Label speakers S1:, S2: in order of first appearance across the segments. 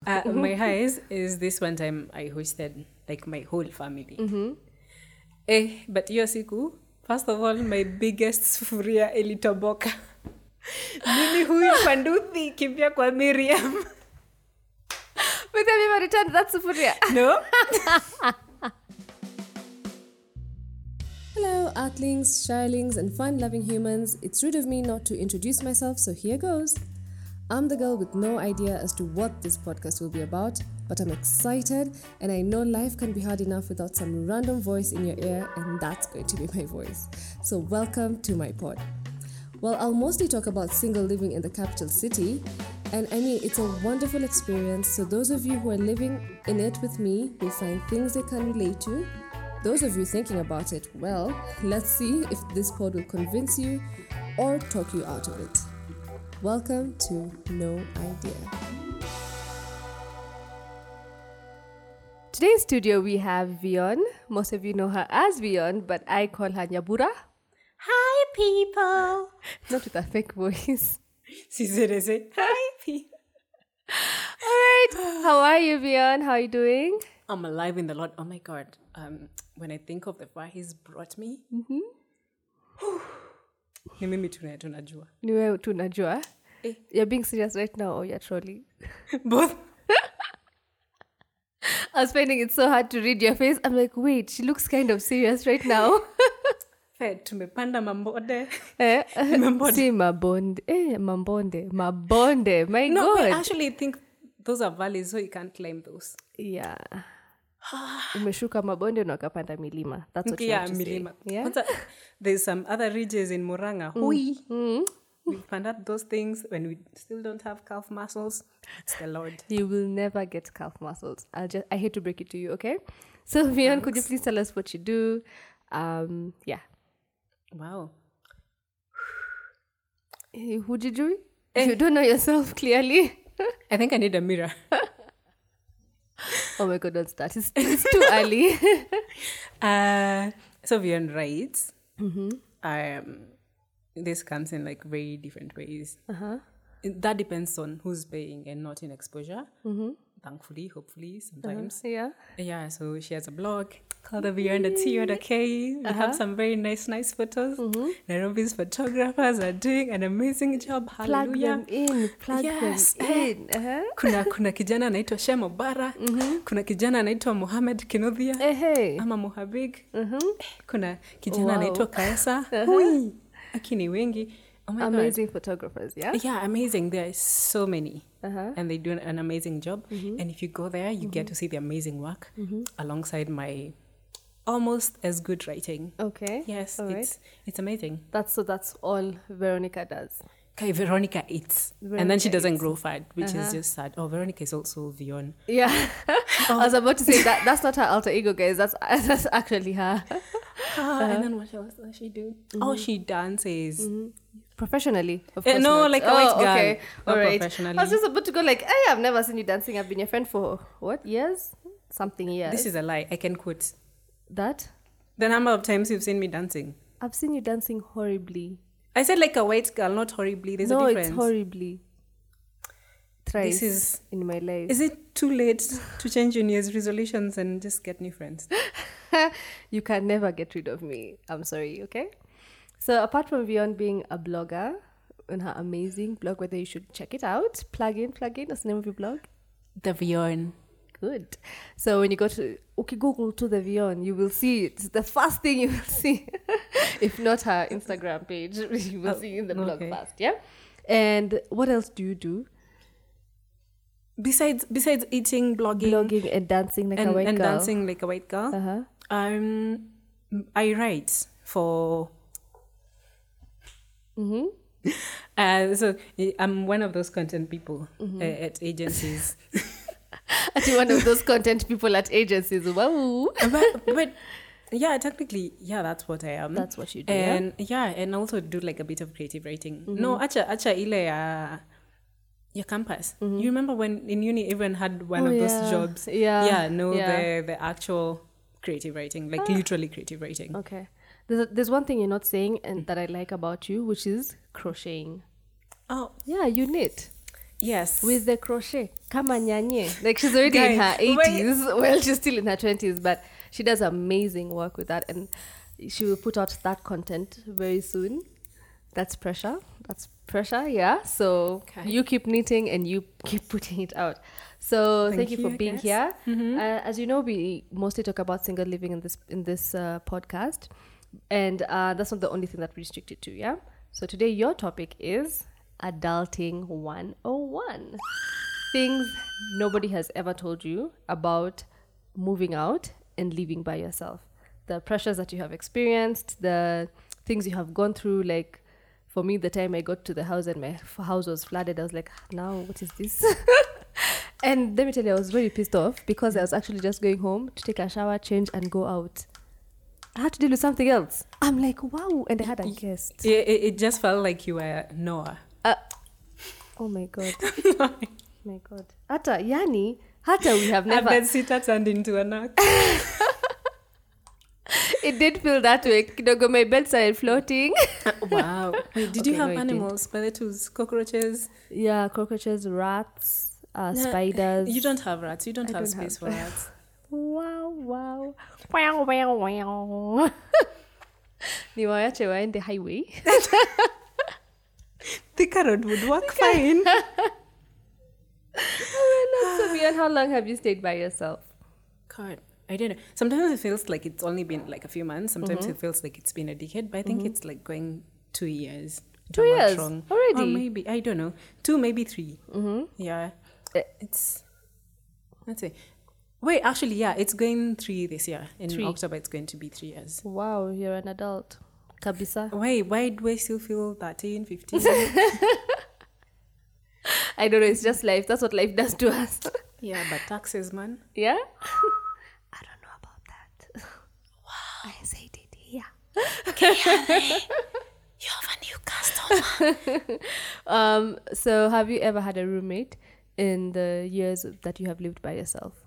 S1: Uh, my highs is this one time I hosted like my whole family. Eh, but hiyo siku, first of all, my biggest sufuria ilitoboka. Mimi huyu panduthi kimbia kwa Miriam.
S2: But have you ever returned that sufuria?
S1: No?
S3: Hello, Artlings, Shirelings, and fun loving humans. It's rude of me not to introduce myself, so here goes. I'm the girl with no idea as to what this podcast will be about, but I'm excited, and I know life can be hard enough without some random voice in your ear, and that's going to be my voice. So, welcome to my pod. Well, I'll mostly talk about single living in the capital city, and I mean, it's a wonderful experience, so those of you who are living in it with me will find things they can relate to. Those of you thinking about it, well, let's see if this pod will convince you or talk you out of it. Welcome to No Idea.
S2: Today in studio we have Vion. Most of you know her as Vion, but I call her Nyabura.
S1: Hi people.
S2: Not with a fake voice.
S1: Siserese. Hi people.
S2: All right. How are you, Vion? How are you doing?
S1: I'm alive in the Lord. Oh my God. Um, when I think of the far He's brought me, Mm-hmm. ni mimi tuna- tunajua.
S2: Ni wewe tu najua.
S1: Eh.
S2: You're being serious right now or you're trolling?
S1: Both.
S2: I was finding it so hard to read your face. I'm like, wait, she looks kind of serious right now.
S1: Fair, tumepanda mambode.
S2: Eh?
S1: Mambonde.
S2: See, mabonde. Eh, mambonde. Mabonde. My
S1: No,
S2: God.
S1: I actually think those are valleys, so you can't climb those.
S2: yeah umeshuka mabonde na ukapanda milima That's what you
S1: Yeah,
S2: want to say.
S1: milima.
S2: Yeah?
S1: Kwanza, there's some other ridges in Muranga. Hui. We found out those things when we still don't have calf muscles. It's the Lord.
S2: you will never get calf muscles i'll just i hate to break it to you okay so vion could you please tell us what you do um yeah
S1: Wow.
S2: Eh, who did you
S1: Eh.
S2: you don't know yourself clearly
S1: I think I need a mirror.
S2: oh my god don't start it's, it's too early
S1: Uh, so beyond rights, um, this comes in like very different ways. It- That depends on who's paying and not in exposure. Thankfully, hopefully, sometimes.
S2: yeah
S1: Yeah, so she has a blog called
S2: Mm-hmm.
S1: the Beyond the T or the K. We
S2: Uh-huh.
S1: have some very nice, nice photos.
S2: Mm-hmm.
S1: Nairobi's photographers are doing an amazing job.
S2: plug
S1: Hallelujah.
S2: them in plug
S1: Yes,
S2: them
S1: eh.
S2: in uh-huh.
S1: kuna kuna kijana anaitwa Shemo Bara. Kuna kijana anaitwa Mohamed Kinodhia.
S2: Mm-hmm. Eh, hey
S1: ama muhabig kuna kijana
S2: Wow. Uh-huh.
S1: anaitwa kaesa Hui. akini wengi oh my God. Eh,
S2: amazing photographers yeah
S1: yeah amazing there are so many
S2: Uh-huh. Mm-hmm.
S1: and they do an- an amazing job and if you go there you get to see the amazing work alongside my almost as good writing
S2: okay
S1: yes
S2: all right
S1: it's it's amazing
S2: that's so that's all veronica does
S1: okay veronica eats and then she
S2: Veronica Uh-huh.
S1: doesn't grow fat which is just sad oh veronica is also vion
S2: Yeah,
S1: Oh.
S2: I was about to say that that's not her alter ego, guys. That's that's actually her. Uh-huh.
S1: Ah, and then what else does she do
S2: Mm-hmm.
S1: oh she dances
S2: Professionally, of
S1: Eh,
S2: course
S1: no,
S2: not. Oh,
S1: like a white girl.
S2: Okay,
S1: Not
S2: all right. I
S1: professionally.
S2: was just about to go like, hey, I've never seen you dancing. I've been your friend for what years? Something years.
S1: this is a lie i can quote
S2: that
S1: the number of times you've seen me dancing
S2: I've seen you dancing horribly.
S1: I said like a white girl, not horribly. There's
S2: no,
S1: a
S2: it's
S1: difference.
S2: horribly. Thrice
S1: is-
S2: in my life.
S1: Is it too late to change your New Year's resolutions and just get new friends?
S2: you can never get rid of me. I'm sorry, okay? So, apart from Vion being a blogger and her amazing blog, whether you should check it out, plug in, plug in, that's the name of your blog.
S1: The Vion.
S2: Good. So, when you go to okay, Google to the Vion, you will see it. It's the first thing you will see. if not her Instagram page, you will see the blog
S1: Oh, okay.
S2: first, yeah? And what else do you do?
S1: Besides, besides eating, blogging,
S2: Blogging and dancing like
S1: and,
S2: a white
S1: and
S2: girl.
S1: dancing like a white girl,
S2: Uh-huh.
S1: um, I write for.
S2: Mm-hmm.
S1: Uh, so eh, I'm one of those content people
S2: Mm-hmm.
S1: eh, at agencies.
S2: Actually, one of those content people at agencies. Wow.
S1: but, but yeah, technically, yeah, that's what I am.
S2: That's what you do, yeah? Mm-hmm.
S1: And yeah, and I also do like a bit of creative writing. No, acha acha ile ya your campus. You remember when in uni everyone had one
S2: Mm-hmm. Oh,
S1: of
S2: yeah.
S1: those jobs?
S2: Yeah,
S1: Yeah, no,
S2: yeah. Ah.
S1: the the actual creative writing, like literally creative writing.
S2: Okay. There's, there's one thing you're not saying and that I like about you, which is crocheting.
S1: Oh,
S2: Yeah, you knit.
S1: Yes.
S2: with the crochet kama nyanye like she's already in her
S1: Guys, why-
S2: 80s well she's still in her 20s but she does amazing work with that and she will put out that content very soon that's pressure that's pressure yeah so
S1: Okay.
S2: you keep knitting and you keep putting it out so thank,
S1: Thank
S2: you
S1: you,
S2: for
S1: I
S2: being
S1: guess.
S2: here uh, as you know we mostly talk about single living in this in this uh, podcast and uh, that's not the only thing that we restrict it to yeah so today your topic is adulting 101 things nobody has ever told you about moving out and living by yourself. The pressures that you have experienced, the things you have gone through. Like for me, the time I got to the house and my f- house was flooded, I was like, now what is this? and let me tell you, I was very pissed off because I was actually just going home to take a shower, change, and go out. I had to deal with something else. I'm like, wow. And I had a guest.
S1: It, it, it just felt like you were Noah.
S2: Uh, oh my god. Oh my god. Hata yani, hata we have
S1: Never.
S2: never.
S1: And then Sita turned into an arc.
S2: It did feel that way. Kidogo, my bed started floating.
S1: wow. Wait, did
S2: Okay,
S1: you have
S2: no, I didn't.
S1: animals, spaghettis, cockroaches?
S2: yeah, cockroaches, rats, uh,
S1: Nah,
S2: spiders.
S1: You don't have rats. You don't
S2: I
S1: have
S2: don't
S1: space
S2: have-
S1: for rats.
S2: Wow, wow. Wow, wow, wow. niwaache waende highway
S1: the carrot would work fine.
S2: Oh, so Mian, how long have you stayed by yourself
S1: God, I don't know. Sometimes it feels like it's only been like a few months. Sometimes
S2: Mm-hmm.
S1: it feels like it's been a decade, but I think it's like going two years. if
S2: Two
S1: I'm not
S2: years
S1: wrong. Or
S2: already?
S1: maybe I don't know. Two, maybe 3 Mm-hmm. Yeah,
S2: Eh.
S1: it's. Let's see. Wait, actually, yeah, it's going three this year. In
S2: Three.
S1: October, it's going to be three years.
S2: wow you're an adult kabisa
S1: Why? Why do I still feel 13, 15?
S2: i don't know it's just life that's what life does to us
S1: yeah, but taxes, man.
S2: Yeah? I don't know about that. Wow. I said it here.
S1: You have a new customer.
S2: Um, so have you ever had a roommate in the years that you have lived by yourself?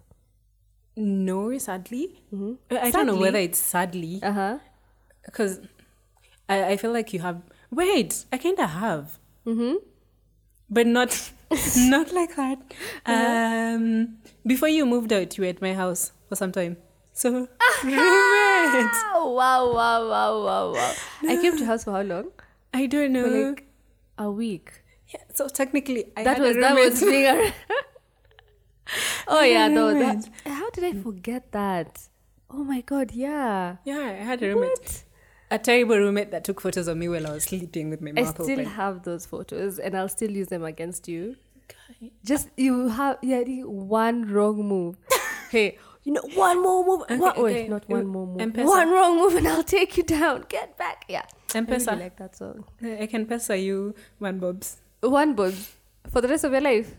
S1: No, sadly. I, I don't know
S2: Mm-hmm. Sadly?
S1: whether it's sadly.
S2: Uh-huh.
S1: because I, I feel like you have wait i kind of have mm-hmm. but not not like that
S2: Uh-huh.
S1: um before you moved out you were at my house for some time so roommate
S2: Oh wow, wow, wow, wow, wow. Hmm. I came to your house for how long?
S1: i don't know
S2: For like a week.
S1: yeah, so technically I
S2: that
S1: had a
S2: was that
S1: roommate.
S2: was bigger. oh yeah,
S1: had a
S2: no, that, how did I forget that? Oh my god, yeah.
S1: yeah i had a roommate
S2: What?
S1: a terrible roommate that took photos of me while i was sleeping with my
S2: I
S1: mouth
S2: still
S1: open
S2: have those photos and I'll still use them against you. Just you have yeah the one wrong move. hey, you know one more move.
S1: Okay,
S2: one, wait,
S1: okay.
S2: not one more move.
S1: M-Pesa.
S2: One wrong move and I'll take you down. Get back. Yeah. I
S1: M-Pesa.
S2: really like that song.
S1: I can pass you one bobs.
S2: One bob for the rest of your life.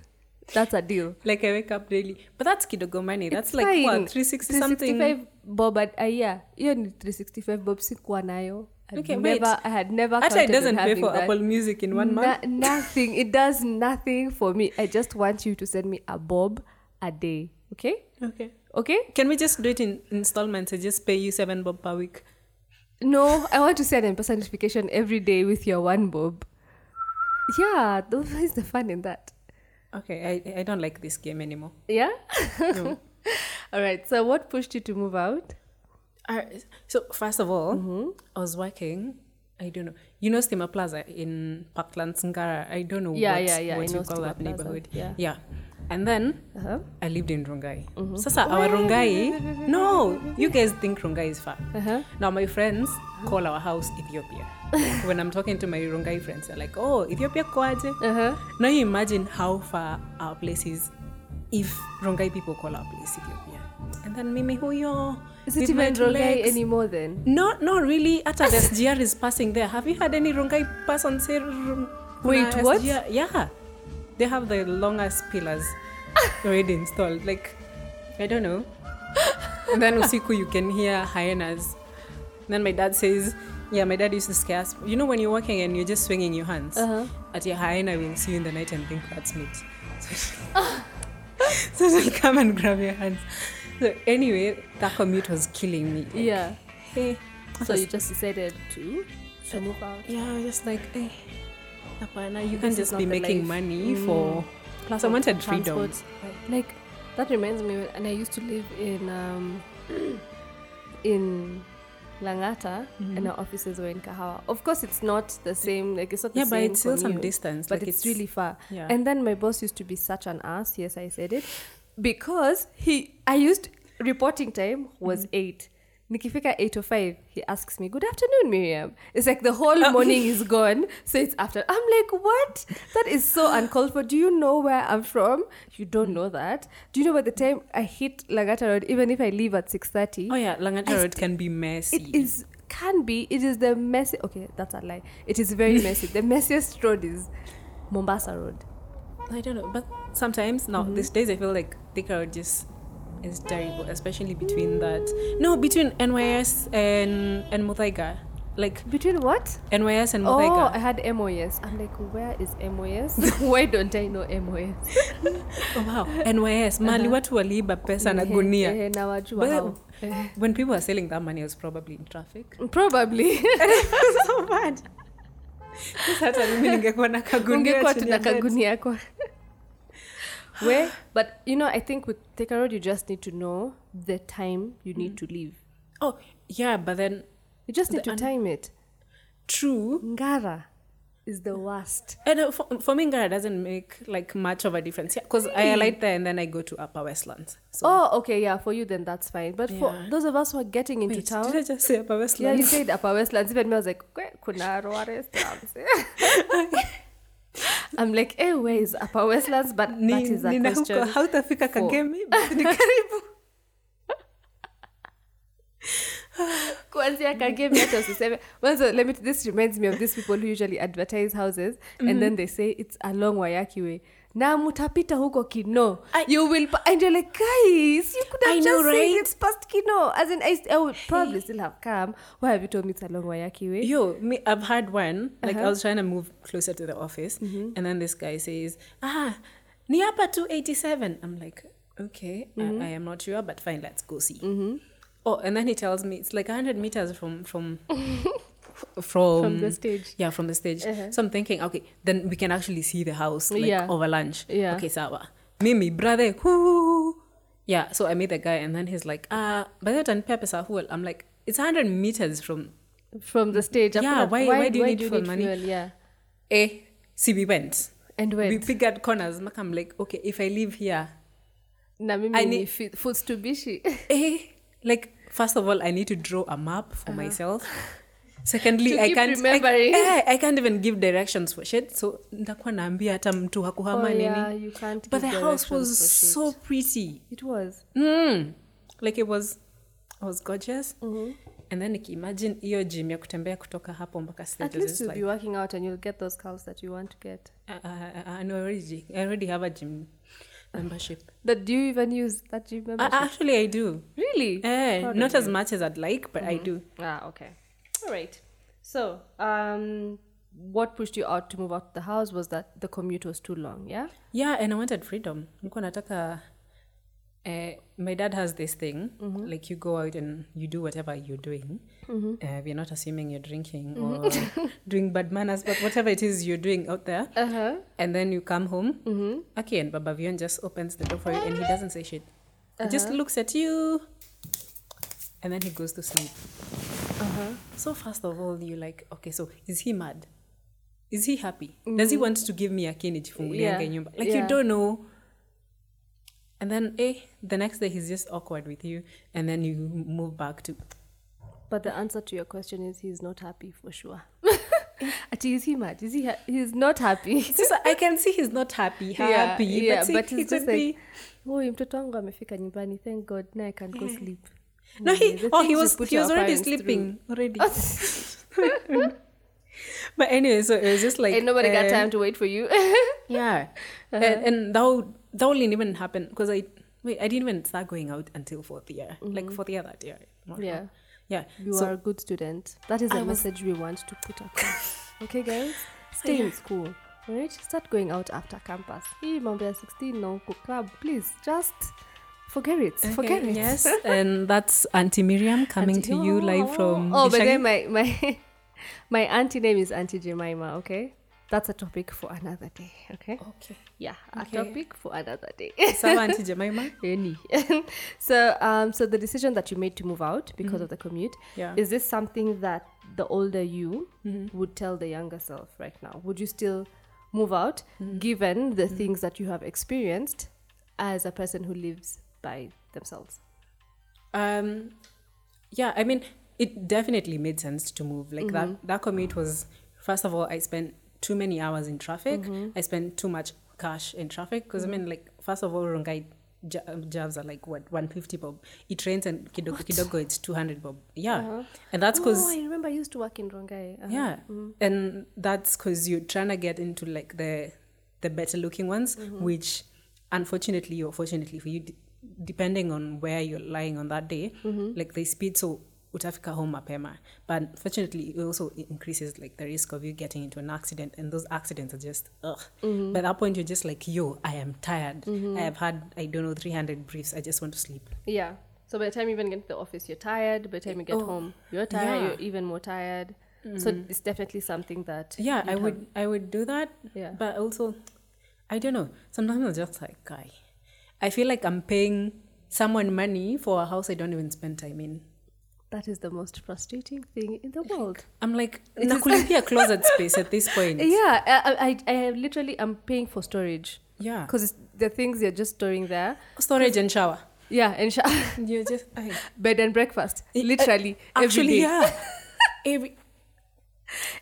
S2: That's a deal.
S1: Like I wake up daily, but that's kidogo money. That's
S2: It's
S1: like
S2: fine.
S1: what three sixty something.
S2: 365 bob uh, at a year. You need 365 bob sikuwa nayo. I'd
S1: Okay,
S2: never,
S1: wait.
S2: I had never
S1: Actually, it
S2: counted on
S1: doesn't pay
S2: having
S1: for
S2: that.
S1: Apple Music in one
S2: Na-
S1: month.
S2: nothing. It does nothing for me. I just want you to send me a bob a day. Okay?
S1: Okay.
S2: Okay?
S1: Can we just do it in installments and just pay you seven bob per week?
S2: No, I want to send an M-Pesa notification every day with your one bob. Yeah, th- what is the fun in that?
S1: Okay, I, I don't like this game anymore.
S2: Yeah?
S1: No.
S2: All right. So what pushed you to move out?
S1: Uh, so first of all,
S2: Mm-hmm.
S1: I was working. I don't know. You know Steamer Plaza in Parkland, Singara. I don't know
S2: Yeah,
S1: what,
S2: yeah, yeah, I
S1: what you
S2: know
S1: call
S2: Steamer
S1: that
S2: Plaza,
S1: neighborhood.
S2: yeah.
S1: yeah. And then
S2: Uh-huh.
S1: I lived in Rungai.
S2: Mm-hmm.
S1: Sasa our Rungai. No, you guys think Rungai is far.
S2: Uh-huh.
S1: Now my friends call our house Ethiopia. when I'm talking to my Rungai friends, they're like, "Oh, Ethiopia kwaje?"
S2: Uh-huh.
S1: Now you imagine how far our place is if Rongai people call our place Ethiopia. And then Mimi Huyo.
S2: Is it
S1: with my
S2: even
S1: two
S2: Rogai
S1: legs.
S2: anymore then?
S1: No, not really. Ata the SGR is passing there. Have you had any Rongai person say "Rung-
S2: Wait,
S1: kuna
S2: what?
S1: SGR?" Yeah. They have the longest pillars already installed. Like, I don't know. And then Usiku, you can hear hyenas. Then my dad says, Yeah, my dad used to scare us. You know, when you're walking and you're just swinging your hands
S2: Uh-huh.
S1: at your hyena will see you in the night and think that's meat. So, so she'll come and grab your hands. So, anyway, that commute was killing me. Eh,
S2: Yeah.
S1: Hey,
S2: So you just decided to, to move out?
S1: yeah, I was just like, eh, hapana, you can't
S2: is
S1: just
S2: not
S1: be
S2: the
S1: making
S2: life.
S1: money for
S2: plus
S1: So
S2: of
S1: wanted
S2: transport.
S1: freedoms.
S2: Like that reminds me, and I used to live in um, in Langata,
S1: Mm-hmm.
S2: and our offices were in Kahawa. Of course, it's not the same. Like it's not
S1: Yeah,
S2: the
S1: but
S2: same
S1: it's still some
S2: commute,
S1: distance,
S2: But
S1: like,
S2: it's,
S1: it's-
S2: really far.
S1: yeah.
S2: And then my boss used to be such an ass. Yes, I said it because he. I used reporting time was eight. Nikifika 8.05, he asks me, good afternoon, Miriam. It's like the whole morning is gone. So it's after. I'm like, what? That is so uncalled for. Do you know where I'm from? You don't know that. Do you know by the time I hit Langata Road, even if I leave at 6.30,
S1: Oh yeah, Langata
S2: I
S1: Road can be messy.
S2: it is can be. It is the messy. Okay, that's a lie. It is very messy. the messiest road is Mombasa Road.
S1: I don't know, but sometimes now these days I feel like Thika Road just is terrible, especially between that. No, between NYS and and Muthaiga, like
S2: Between what?
S1: NYS and
S2: Oh, I
S1: Muthaiga.
S2: had MOS. I'm like, where is MOS? Why don't I know MOS?
S1: Oh, wow, NYS. Mali
S2: Uh-huh.
S1: watu waliiba pesa na
S2: Ehe,
S1: gunia.
S2: ehe, na wajua
S1: But
S2: hao. Ehe.
S1: When people are selling that money, I was probably in traffic.
S2: Probably.
S1: so bad. Hata mimi ningekuwa na kagunia
S2: ungekuwa
S1: chini
S2: tuna
S1: ya bed.
S2: kagunia kwa where but you know i think with Thika road you just need to know the time you need to leave
S1: Oh yeah, but then
S2: you just need
S1: Mm. The
S2: to
S1: un-
S2: time it
S1: true.
S2: ngara is the worst
S1: And uh, for, for me, Ngara doesn't make like much of a difference because I
S2: Hmm.
S1: alight there and then I go to Upper Westlands. So
S2: oh okay yeah for you then that's fine but for
S1: Yeah.
S2: those of us who are getting into
S1: wait,
S2: town
S1: did I just say Upper
S2: yeah you
S1: Westlands?
S2: said upper westlands even me i was like "Kwe- kuna Arua restaurants i'm like eh where is upper westlands but that is a question
S1: how tafika
S2: for-
S1: kagemi but ni karibu
S2: kuanzia kagemi hata usiseme mwanzo let me this reminds me of these people who usually advertise houses
S1: Mm-hmm.
S2: and then they say it's along wayaki way na mutapita huko kino
S1: I-
S2: you will pa- and you're like guys you could have
S1: I
S2: just
S1: know,
S2: said
S1: right?
S2: it's past kino as in I, I would probably still have come why have you told me it's along wayaki way
S1: yo me i've had one like
S2: Uh-huh.
S1: i was trying to move closer to the office
S2: Mm-hmm.
S1: and then this guy says ah niapa 287 i'm like okay
S2: Mm-hmm.
S1: I, I am not sure but fine let's go see oh and then he tells me it's like 100 meters from from from,
S2: From the stage. Uh-huh.
S1: yeah from the stage so i'm thinking okay then we can actually see the house like
S2: Yeah.
S1: over lunch
S2: Yeah.
S1: okay sawa mimi brother whoo yeah so i meet the guy and then he's like ah by the time pepper i'm like it's 100 meters from
S2: from the stage
S1: Yeah,
S2: Hakuna-
S1: why- why do you need fuel money?
S2: fuel? yeah
S1: eh see we went
S2: and
S1: we
S2: when
S1: figured corners Maka, i'm like okay if i live here
S2: na
S1: I
S2: mimi ni
S1: need-
S2: fi- foods to bishi
S1: eh like first of all i need to draw a map for myself secondly
S2: Uh-huh. To
S1: i
S2: keep
S1: can't
S2: remembering.
S1: I, eh, I can't even give directions for shit so nitakuwa naambia hata mtu hakuhama
S2: Oh,
S1: nini
S2: yeah, you can't
S1: but the
S2: give
S1: house was
S2: directions for
S1: so
S2: shit.
S1: pretty
S2: it was
S1: mm. like it was it was gorgeous
S2: Mm-hmm.
S1: and then nikiimagine hiyo gym ya kutembea kutoka hapo mpaka
S2: at
S1: stage is
S2: least
S1: just
S2: you'll
S1: like
S2: be working out and you'll get those cows that you want to get
S1: I, I, I, know, uh, I, already, I already have a gym membership
S2: That do you even use that gym
S1: I,
S2: membership?
S1: actually i do
S2: really?
S1: Eh,
S2: Proud
S1: not
S2: of
S1: as much as I'd like, but I do.
S2: Ah, okay. All right. So, um, what pushed you out to move out the house was that the commute was too long. Yeah.
S1: Yeah, and I wanted freedom. Nilikuwa nataka eh, my dad has this thing like you go out and you do whatever you're doing. Uh, we're not assuming you're drinking or doing bad manners, but whatever it is you're doing out there,
S2: Uh huh.
S1: and then you come home. Okay, and Baba Vion just opens the door for you, and he doesn't say shit. He just looks at you, and then he goes to sleep.
S2: Uh huh.
S1: So first of all, you like, okay, so is he mad? Is he happy? Does he want to give me a kini nijifunguliange
S2: Mm. Yeah.
S1: nyumba? Like
S2: Yeah.
S1: you don't know. And then eh, the next day he's just awkward with you, and then you move back to
S2: But the answer to your question is he's not happy for sure. Ati, is he mad? Is he? Ha- he's not happy.
S1: Sasa, I can see he's not happy, happy,
S2: yeah, yeah,
S1: but, see,
S2: but
S1: he
S2: he's
S1: could
S2: just
S1: be
S2: like, oh, mtoto wangu amefika nyumbani. Thank God, now I can go sleep.
S1: No,
S2: Mm,
S1: he
S2: the
S1: oh he
S2: things you
S1: was
S2: put
S1: he
S2: your
S1: was already
S2: parents through.
S1: sleeping already. but anyway, so it was just like
S2: and nobody got
S1: eh,
S2: time to wait for you.
S1: Yeah. And, and that, w- that wouldn't even happen because I, wait, I didn't even start going out until fourth year. Like fourth year that year. Wow.
S2: Mm-hmm. yeah.
S1: Yeah.
S2: You
S1: so,
S2: are a good student. That is a
S1: I was-
S2: message we want to put across. okay, guys? Stay in school. Alright? Start going out after campus. Hii mambo ya 16 na huko club. Please, just forget it.
S1: okay,
S2: forget it.
S1: Yes. and that's Auntie Miriam coming
S2: Auntie-
S1: to you live from.
S2: Oh, but
S1: Gishagi.
S2: then my, my, my auntie name is Auntie Jemima, okay? that's a topic for another day. Okay.
S1: Okay.
S2: Yeah,
S1: Oh, Okay.
S2: a topic for another day.
S1: Sawa Auntie Jemima.
S2: Any. so, um, so the decision that you made to move out because of the commute,
S1: Mm-hmm. Yeah. Mm-hmm.
S2: is this something that the older you would tell the younger self right now? Would you still move out
S1: Mm-hmm.
S2: given the things that you have experienced as a person who lives by themselves?
S1: Um, yeah, I mean, it definitely made sense to move. Like that, that commute was, first of all, I spent too many hours in traffic. I spent too much cash in traffic because I mean, like, first of all, Rongai ja- um, jobs are like what 150 bob. It rains and kidogo kidogo, it's 200 bob. Yeah, and that's because
S2: oh, I remember I used to work in Rongai. Uh-huh.
S1: yeah and that's because you're trying to get into like the the better looking ones which unfortunately or fortunately for you d- depending on where you're lying on that day like they speed so utafika home mapema but fortunately it also i- increases like the risk of you getting into an accident and those accidents are just ugh by that point you're just like yo i am tired i have had i don't know 300 briefs i just want to sleep
S2: Yeah. So by the time you even get to the office, you're tired. By the time you get
S1: Oh,
S2: home, you're tired.
S1: yeah. Mm-hmm.
S2: You're even more tired. So it's definitely something that.
S1: yeah
S2: you'd
S1: i
S2: have-
S1: would i would do that
S2: Yeah.
S1: but also i don't know sometimes i'm just like guy i feel like i'm paying someone money for a house i don't even spend time in
S2: That is the most frustrating thing in the world.
S1: i'm like nakulipia closet space at this point
S2: Yeah, I, I, I I literally am paying for storage
S1: yeah
S2: because the things you're just storing there.
S1: storage and shower
S2: Yeah, and sh-
S1: you just I,
S2: bed and breakfast. Literally,
S1: actually
S2: every day.
S1: yeah every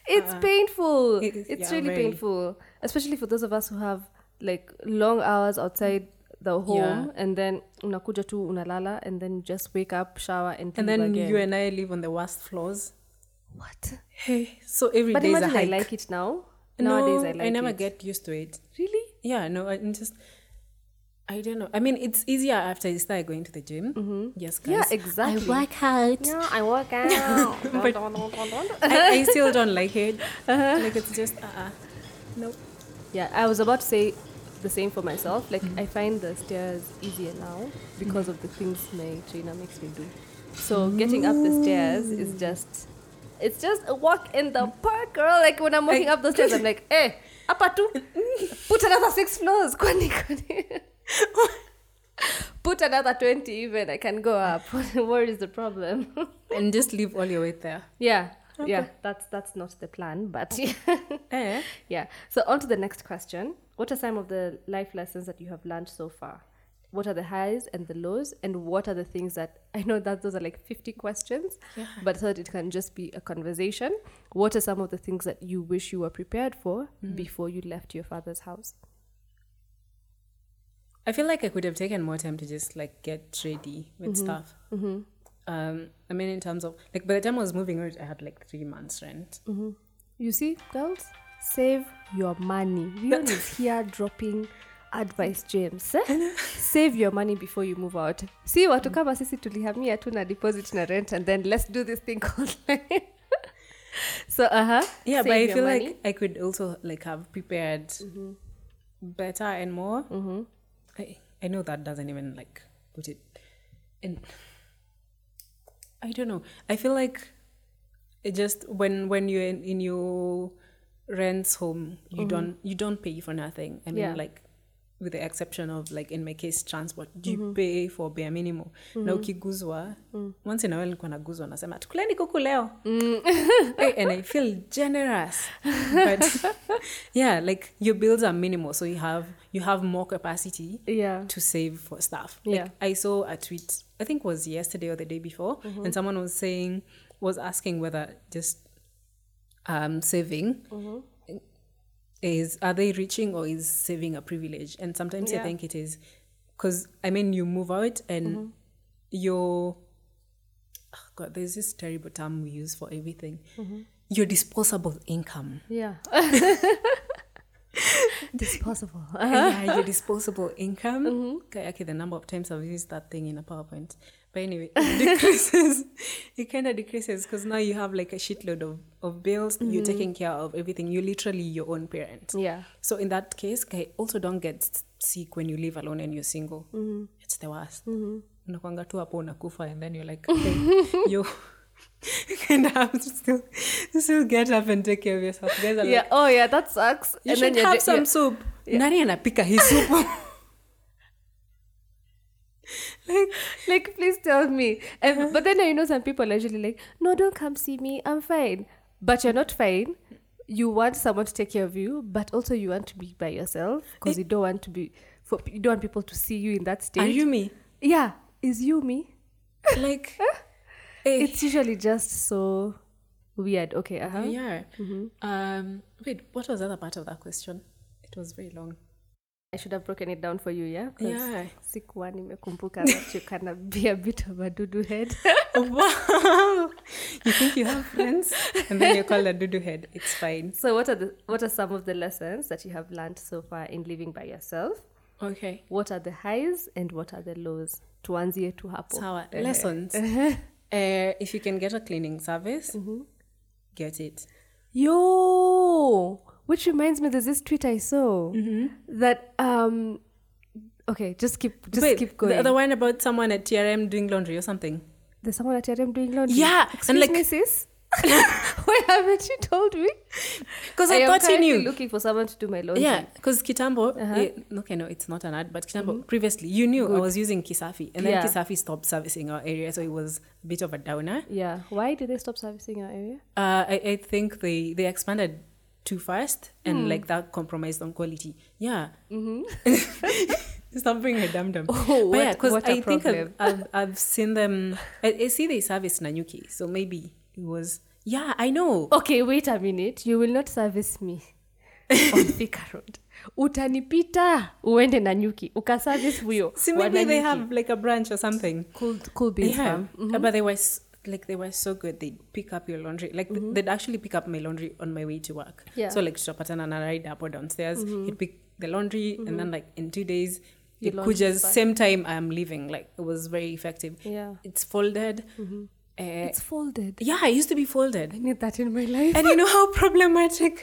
S2: it's painful.
S1: it is-
S2: it's
S1: yeah,
S2: really
S1: very.
S2: painful, especially for those of us who have like long hours outside the home, and then unakuja tu unalala, and then just wake up, shower, and
S1: and
S2: leave
S1: then
S2: again.
S1: you and i live on the worst floors
S2: what?
S1: hey so every
S2: But
S1: day is a
S2: imagine I
S1: hike
S2: like it now.
S1: no,
S2: Nowadays, I like
S1: never
S2: it.
S1: get used to it
S2: really.
S1: yeah no i'm just i don't know i mean it's easier after you start going to the gym yes guys
S2: Yeah, exactly.
S3: out.
S2: No, I work out. Don't, don't, don't, don't, don't.
S1: I, I still don't like it. Like it's just uh uh Nope.
S2: Yeah, I was about to say the same for myself. Like I find the stairs easier now because of the things my trainer makes me do. So getting up the stairs is just it's just a walk in the park, girl. Like when I'm walking up those stairs, I'm like, eh, up at two. Put another six floors. Kwani, kwani. Put another twenty even. I can go up. Where is the problem?
S1: And just leave all your weight there.
S2: yeah. Yeah, that's that's not the plan, but
S1: Eh?
S2: Yeah. So on to the next question. What are some of the life lessons that you have learned so far? What are the highs and the lows, and what are the things that I know that those are like fifty questions, but so that it can just be a conversation. What are some of the things that you wish you were prepared for before you left your father's house?
S1: I feel like I could have taken more time to just like get ready with stuff. Um, I mean, in terms of like by the time I was moving out, I had like three months rent.
S2: You see, girls, save your money. Leon is here dropping advice, James. eh? save your money before you move out. See, watu kama sisi tulihamia tu na deposit na rent and then let's do this thing called life. so, uh-huh.
S1: Yeah, but
S2: save
S1: I
S2: your
S1: feel
S2: money. Mm-hmm.
S1: like I could also like have prepared better and more. I I know that doesn't even like put it in. I don't know. I feel like it just when when you're in, in your rent's home, you don't you don't pay for nothing. I mean,
S2: Mm-hmm. Yeah.
S1: like with the exception of like in my case transport you
S2: Mm-hmm.
S1: pay for bare minimum na ukiguzwa
S2: Mm.
S1: once in a while nilikuwa naguzwa nasema tukuleni kuku leo Eh, and I feel generous. But yeah, like your bills are minimal, so you have you have more capacity
S2: yeah.
S1: to save for stuff.
S2: Yeah.
S1: Like I saw a tweet, I think it was yesterday or the day before,
S2: Mm-hmm.
S1: and someone was saying was asking whether just um saving
S2: Mm-hmm.
S1: is are they reaching or is saving a privilege? And sometimes
S2: Yeah.
S1: I think it is because I mean you move out and
S2: Mm-hmm.
S1: your oh God, there's this terrible term we use for everything.
S2: Mm-hmm.
S1: Your disposable income.
S2: Yeah. Disposable.
S1: yeah, your disposable income.
S2: Mm-hmm.
S1: Okay, okay, the number of times I've used that thing in a PowerPoint. But anyway, it decreases. it kind of decreases because now you have like a shitload of, of bills. You're taking care of everything. You're literally your own parent.
S2: Mm-hmm. Yeah.
S1: So in that case, okay, also don't get s- sick when you live alone and you're single.
S2: Mm-hmm.
S1: It's the worst. Unakuanga tu hapo unakufa and then you're like, okay, yo, and have to still, still get up and take care of yourself. Guys are
S2: yeah.
S1: like,
S2: Oh yeah, that sucks.
S1: you should
S2: you're
S1: have
S2: dri-
S1: some
S2: yeah.
S1: soup. Nani anapika hii soup? like,
S2: like please tell me and, but then you know some people are usually like no don't come see me i'm fine but you're not fine you want someone to take care of you but also you want to be by yourself because you don't want to be for you don't want people to see you in that state
S1: are you me?
S2: yeah is you me
S1: Like, eh,
S2: it's usually just so weird okay uh-huh
S1: yeah. Um, wait, what was the other part of that question? It was very long.
S2: i should have broken it down for you yeah 'Cause
S1: Yeah.
S2: sikuwa nimekumbuka that you can be a bit of a doodoo head
S1: Oh, wow. You think you have friends? And then you're called a doodoo head. It's fine.
S2: so what are the what are some of the lessons that you have learned so far in living by yourself
S1: Okay.
S2: what are the highs and what are the lows tuanzie tu hapo
S1: Sawa. Lessons.
S2: Uh-huh.
S1: Uh, if you can get a cleaning service,
S2: Mm-hmm.
S1: get it.
S2: yo which reminds me there's this tweet i saw that um okay just keep just
S1: Mm-hmm. Wait,
S2: keep going
S1: The other one about someone at TRM doing laundry or something.
S2: there's someone at rm doing laundry
S1: Yeah, and
S2: excuse
S1: like-
S2: me sis why haven't you told me
S1: Because I, thought you
S2: am currently
S1: knew.
S2: looking for someone to do my laundry
S1: Yeah, because Kitambo,
S2: Uh-huh.
S1: eh, okay, no, it's not an ad, but Kitambo, previously, you knew I was using Kisafi, and then
S2: Mm-hmm. Yeah.
S1: Kisafi stopped servicing our area, so it was a bit of a downer.
S2: yeah why did they stop servicing our area
S1: Uh, I, I think they, they expanded too fast,
S2: Hmm.
S1: and like that compromised on quality. Yeah. Stop being a dum dum.
S2: Mm-hmm. Oh,
S1: but yeah,
S2: what-
S1: because
S2: what a
S1: I think I've,
S2: problem.
S1: I've, I've seen them, I, I see they service Nanyuki, so maybe it was, yeah, I know.
S2: okay wait a minute you will not service me on Thika road utanipita uende na nyuki ukaservice huyo
S1: See,
S2: wa
S1: maybe they
S2: Nanyuki.
S1: have like a branch or something.
S2: could could be
S1: yeah. Uh,
S2: Mm-hmm.
S1: But they were s- like they were so good. They'd pick up your laundry. Like th- they'd actually pick up my laundry on my way to work.
S2: Mm-hmm. Yeah. Mm-hmm.
S1: So like tutapatana na ride up or downstairs. He'd pick the laundry and then like in two days
S2: Your
S1: it could
S2: laundry is
S1: just
S2: back.
S1: same time I'm leaving. Like it was very effective.
S2: Yeah. Mm-hmm.
S1: It's folded. Uh,
S2: It's folded.
S1: yeah, it used to be folded.
S2: I need that in my life.
S1: and you know how problematic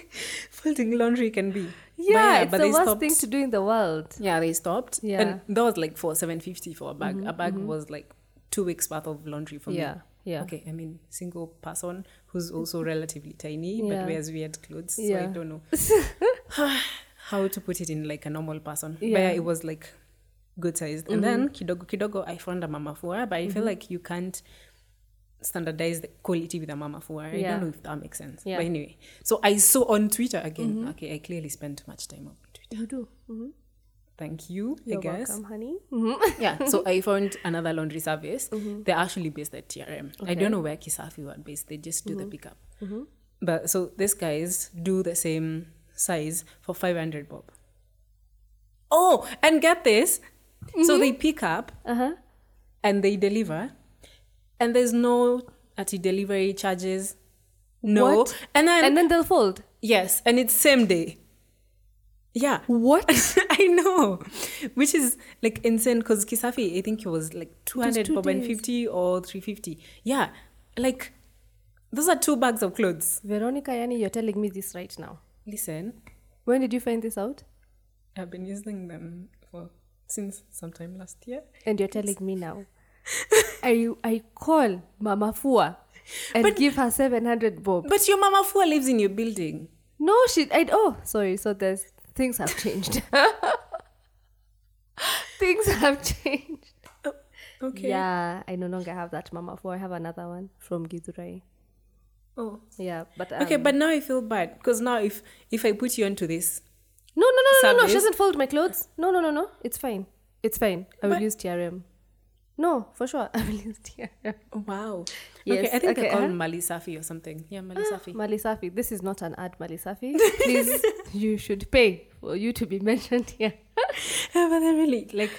S1: folding laundry can be. But
S2: yeah, it's the worst thing to do in the world.
S1: yeah, they stopped.
S2: Yeah. Mm-hmm,
S1: And that was like for seven fifty for a bag. A bag was like two weeks worth of laundry for me.
S2: Yeah, yeah.
S1: Okay, I mean single person who's also relatively tiny
S2: Yeah.
S1: but wears weird clothes. So
S2: Yeah.
S1: I don't know how to put it in like a normal person. But
S2: Yeah. Mm-hmm.
S1: yeah, it was like good sized. And then kidogo kidogo I found a mama fua, but I feel like you can't standardize the quality with a mama fua. I
S2: Yeah.
S1: don't know if that makes sense.
S2: Yeah. Mm-hmm.
S1: But anyway. So I saw on Twitter again. Okay, I clearly spend too much time on Twitter.
S2: You do. Mm-hmm.
S1: Thank you,
S2: You're
S1: I guess
S2: welcome, honey.
S1: yeah so i found another laundry service they're actually based at trm i
S2: Mm-hmm. Okay. Mm-hmm.
S1: don't know where kisafi were based they just do the pickup but so these guys do the same size for 500 bob oh and get this so they pick up
S2: Uh huh.
S1: and they deliver and there's no ati delivery charges no
S2: What?
S1: and then
S2: And then they'll fold.
S1: Yes, and it's same day. Yeah. What? I know. Which is like insane because Kisafi, I think it was like 200
S2: two
S1: bob and
S2: days.
S1: 50 or 350. Yeah. Like, those are two bags of clothes.
S2: Veronica, yani, you're telling me this right now.
S1: Listen,
S2: When did you find this out?
S1: I've been using them for since sometime last year.
S2: And you're telling me now. I I call Mama Fua and
S1: But-
S2: give her seven hundred bob.
S1: But your mama Fua lives in your building.
S2: No, she. I, oh, sorry. So there's things have changed. things have changed.
S1: Okay.
S2: Yeah, I no longer have that mama. For I have another one from Gidurai.
S1: Oh.
S2: Yeah, but
S1: Okay,
S2: um,
S1: but now I feel bad because now if if I put you onto this,
S2: no, no, no, no, no, no.
S1: Service.
S2: She doesn't fold my clothes. No, no, no, no. It's fine. It's fine. I will
S1: But-
S2: use TRM. No, for sure. I will use TRM.
S1: oh, wow.
S2: Yes,
S1: okay, I think
S2: okay,
S1: they're called
S2: uh-huh. Ah.
S1: Mali Safi or something. Yeah, Mali Safi.
S2: Malisafi. This is not an ad, Malisafi. Please, you should pay for you to be mentioned here.
S1: Yeah, but they're really like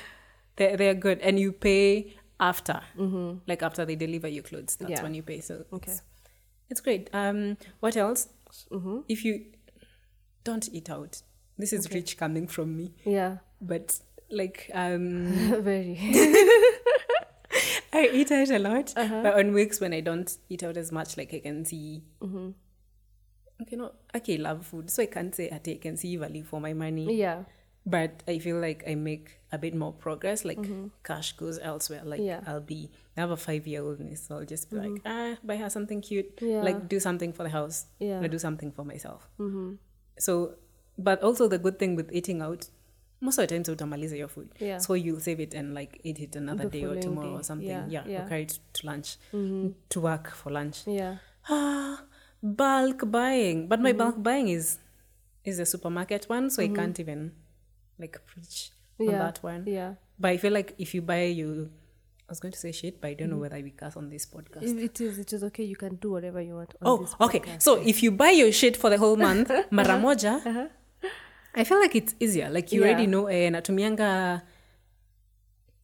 S1: they're they're good, and you pay after, mm-hmm. like after they deliver your clothes. That's
S2: Yeah.
S1: when you pay. So
S2: Okay.
S1: it's, it's great. Um, what else? If you don't eat out, this is rich coming from me,
S2: Yeah,
S1: but like um,
S2: very.
S1: I eat out a lot, but on weeks when I don't eat out as much, like I can see. Okay, no, okay, love food, so I can't say I take- I can see value for my money.
S2: Yeah.
S1: but I feel like I make a bit more progress. Like cash goes elsewhere. Like
S2: Mm-hmm. Yeah. Mm-hmm.
S1: I'll be I have a five year old niece, so I'll just be like, ah, buy her something cute.
S2: Yeah.
S1: Like do something for the house.
S2: Yeah. Mm-hmm.
S1: Or do something for myself. So, but also the good thing with eating out, most of the times utamaliza your food.
S2: Yeah.
S1: So you'll save it and like eat it another
S2: The
S1: day or
S2: following
S1: tomorrow
S2: day.
S1: or something.
S2: Yeah,
S1: Yeah.
S2: yeah. Mm-hmm.
S1: Or carry it to lunch, to work for lunch.
S2: Yeah.
S1: Ah, bulk buying. But my
S2: Mm-hmm.
S1: bulk buying is is a supermarket one, so I can't even like preach on
S2: Yeah.
S1: that one.
S2: Yeah.
S1: But I feel like if you buy you I was going to say shit, but I don't know whether we curse on this podcast.
S2: It, it Mm-hmm. is. It is okay. You can do whatever you want. On
S1: Oh,
S2: this
S1: okay.
S2: podcast. Uh-huh.
S1: So if you buy your shit for the whole month, mara moja, I feel like it's easier. Like you
S2: Yeah.
S1: already know, eh, natumianga